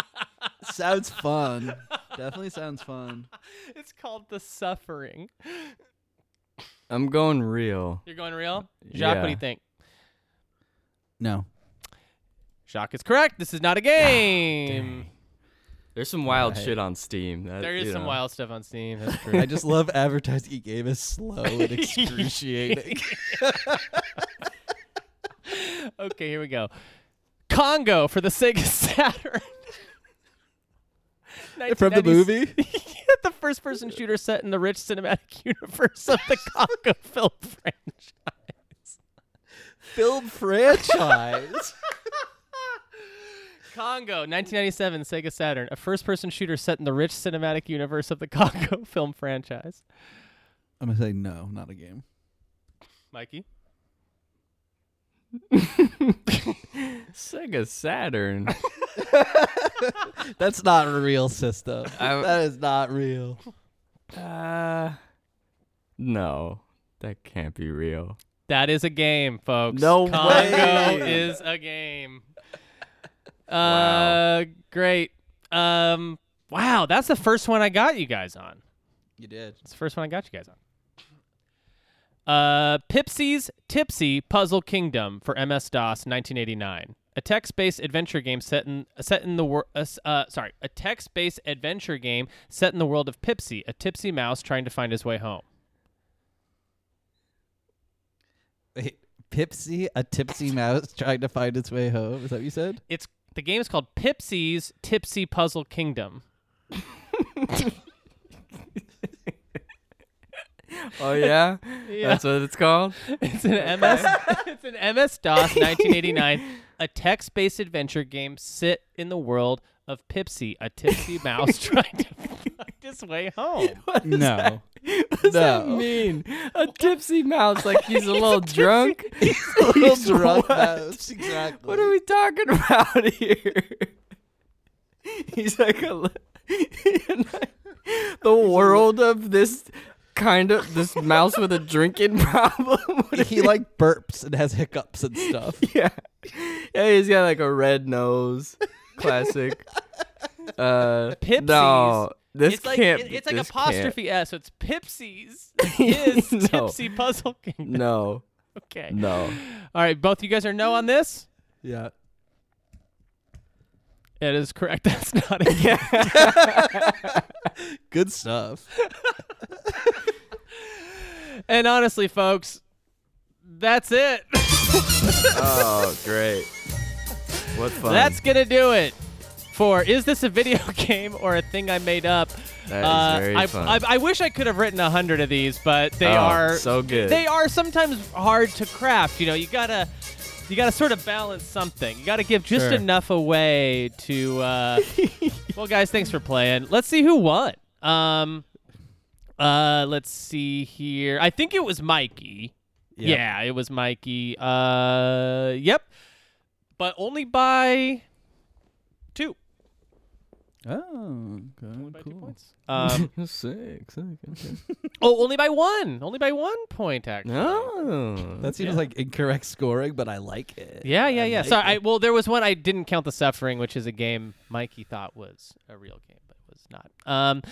Speaker 2: Sounds fun. Definitely sounds fun.
Speaker 1: it's called The Suffering.
Speaker 5: I'm going real.
Speaker 1: You're going real? Jacques, what do
Speaker 5: Yeah.
Speaker 1: you think?
Speaker 2: No.
Speaker 1: Jacques is correct. This is
Speaker 5: Ah,
Speaker 1: not a game.
Speaker 5: There's some wild shit on Steam. That,
Speaker 1: there is
Speaker 5: you
Speaker 1: some
Speaker 5: know.
Speaker 1: wild stuff on Steam. That's true.
Speaker 2: I just love advertising e game is slow and excruciating.
Speaker 1: okay, here we go. Congo for the Sega Saturn.
Speaker 2: From the
Speaker 1: 1990s
Speaker 2: movie?
Speaker 1: the first person shooter set in the rich cinematic universe of the Congo film franchise.
Speaker 2: Film franchise.
Speaker 1: Congo, 1997, Sega Saturn. A first person shooter set in the rich cinematic universe of the Congo film franchise.
Speaker 2: I'm gonna say no, not a game.
Speaker 1: Mikey?
Speaker 5: Sega Saturn.
Speaker 2: That's not a real system.
Speaker 5: I-
Speaker 2: that is not real.
Speaker 5: uh, no, that can't be real.
Speaker 1: That is a game, folks.
Speaker 5: No
Speaker 1: Congo
Speaker 5: way.
Speaker 1: is a game. Uh,
Speaker 5: Wow.
Speaker 1: great. Um, wow, that's the first one I got you guys on.
Speaker 6: You did.
Speaker 1: It's the first one I got you guys on. Uh, Pipsy's Tipsy Puzzle Kingdom for MS DOS 1989. A text-based adventure game set in set in the wor- uh, s- uh, sorry, a text-based adventure game set in the world of Pipsy, a tipsy mouse trying to find his way home.
Speaker 6: Wait, Pipsy, a tipsy mouse trying to find its way home. Is that what you said?
Speaker 1: It's the game is called Pipsy's Tipsy Puzzle Kingdom.
Speaker 5: Oh yeah? that's what it's called.
Speaker 1: It's an MS. it's an MS DOS 1989, a text-based adventure game set in the world of Pipsy, a tipsy mouse trying to find his way home.
Speaker 6: No.
Speaker 5: What does that
Speaker 6: No.
Speaker 5: mean? A tipsy mouse, like he's a little drunk.
Speaker 6: He's rough
Speaker 5: What?
Speaker 6: mouse. Exactly.
Speaker 5: What are we talking about here? He's like a, li- the world of this kind of this mouse with a drinking problem. What
Speaker 6: he like burps and has hiccups and stuff.
Speaker 5: yeah. Yeah, he's got like a red nose. Classic. Uh
Speaker 1: Pipsies.
Speaker 5: No, this
Speaker 1: it's like
Speaker 5: can't.
Speaker 1: it-
Speaker 5: be-
Speaker 1: it's like
Speaker 5: this can't.
Speaker 1: apostrophe s, so it's Pipsies is
Speaker 5: No.
Speaker 1: Tipsy Puzzle Kingdom.
Speaker 5: No,
Speaker 1: Okay.
Speaker 5: no.
Speaker 1: All right, both you guys are no on this.
Speaker 6: Yeah.
Speaker 1: It is correct. That's not it.
Speaker 6: Good stuff.
Speaker 1: And honestly, folks, that's it.
Speaker 5: Oh, great. What fun.
Speaker 1: That's gonna do it for is this a video game or a thing I made up?
Speaker 5: That is very
Speaker 1: Uh, I,
Speaker 5: fun.
Speaker 1: I, I wish I could have written a hundred of these, but they
Speaker 5: Oh,
Speaker 1: are
Speaker 5: so good.
Speaker 1: They are sometimes hard to craft. You know, you gotta you gotta sort of balance something. You gotta give just
Speaker 6: Sure.
Speaker 1: enough away to. Uh, well, guys, thanks for playing. Let's see who won. Um, uh, let's see here. I think it was Mikey. Yeah, it was Mikey. Uh, yep, but only by two.
Speaker 6: Oh,
Speaker 1: By
Speaker 6: okay,
Speaker 1: two
Speaker 6: cool.
Speaker 1: points. Um,
Speaker 5: six.
Speaker 1: oh, only by one. Only by one point, actually.
Speaker 5: No.
Speaker 6: That seems
Speaker 1: Yeah.
Speaker 6: like incorrect scoring, but I like it.
Speaker 1: Yeah, yeah,
Speaker 6: I
Speaker 1: yeah.
Speaker 6: like
Speaker 1: Sorry.
Speaker 6: it.
Speaker 1: I, well, there was one I didn't count the suffering, which is a game Mikey thought was a real game, but was not. Um,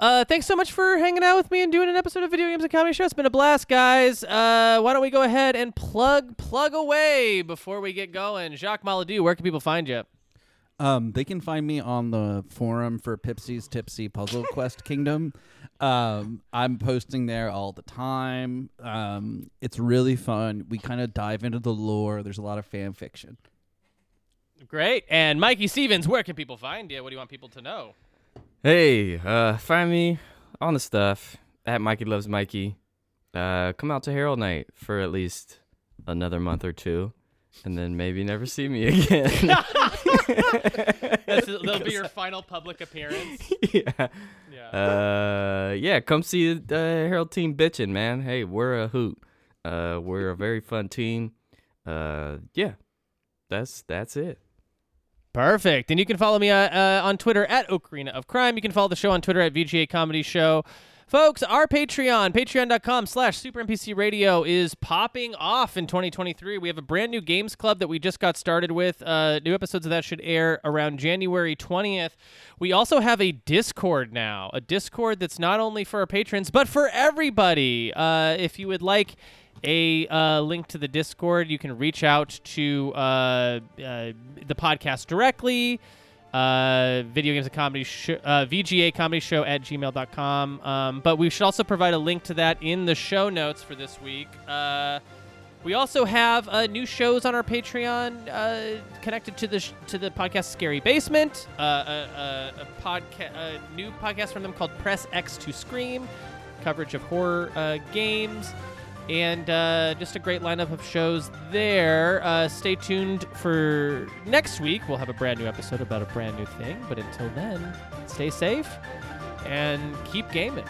Speaker 1: uh, thanks so much for hanging out with me and doing an episode of Video Games and Comedy Show. It's been a blast, guys. Uh, why don't we go ahead and plug plug away before we get going? Jacques Maladou, where can people find you?
Speaker 6: Um, they can find me on the forum for Pipsy's Tipsy Puzzle Quest Kingdom. Um, I'm posting there all the time. Um, it's really fun. We kind of dive into the lore. There's a lot of fan fiction.
Speaker 1: Great. And Mikey Stevens, where can people find you? What do you want people to know?
Speaker 5: Hey, uh, find me on the stuff at Mikey Loves Mikey. Uh, come out to Herald Night for at least another month or two, and then maybe never see me again.
Speaker 1: This is, that'll be your final public appearance.
Speaker 5: yeah.
Speaker 1: Yeah.
Speaker 5: Uh, yeah, come see the uh, Herald team bitching, man. Hey, we're a hoot. Uh, we're a very fun team. Uh, yeah, that's that's it.
Speaker 1: Perfect. And you can follow me uh, uh, on Twitter at Ocarina of Crime. You can follow the show on Twitter at VGA Comedy Show. Folks, our Patreon, patreon.com slash Super NPC Radio is popping off in 2023. We have a brand new games club that we just got started with. Uh, new episodes of that should air around January 20th. We also have a Discord now, a Discord that's not only for our patrons, but for everybody. Uh, if you would like a uh, link to the Discord. You can reach out to uh, uh, the podcast directly. Uh, video games and comedy show, uh, VGA comedy show at gmail.com. Um, but we should also provide a link to that in the show notes for this week. Uh, we also have uh, new shows on our Patreon uh, connected to the sh- to the podcast Scary Basement, uh, a, a, a podcast, a new podcast from them called Press X to Scream, coverage of horror uh, games, and uh, just a great lineup of shows there. Uh, stay tuned for next week. We'll have a brand new episode about a brand new thing. But until then, stay safe and keep gaming.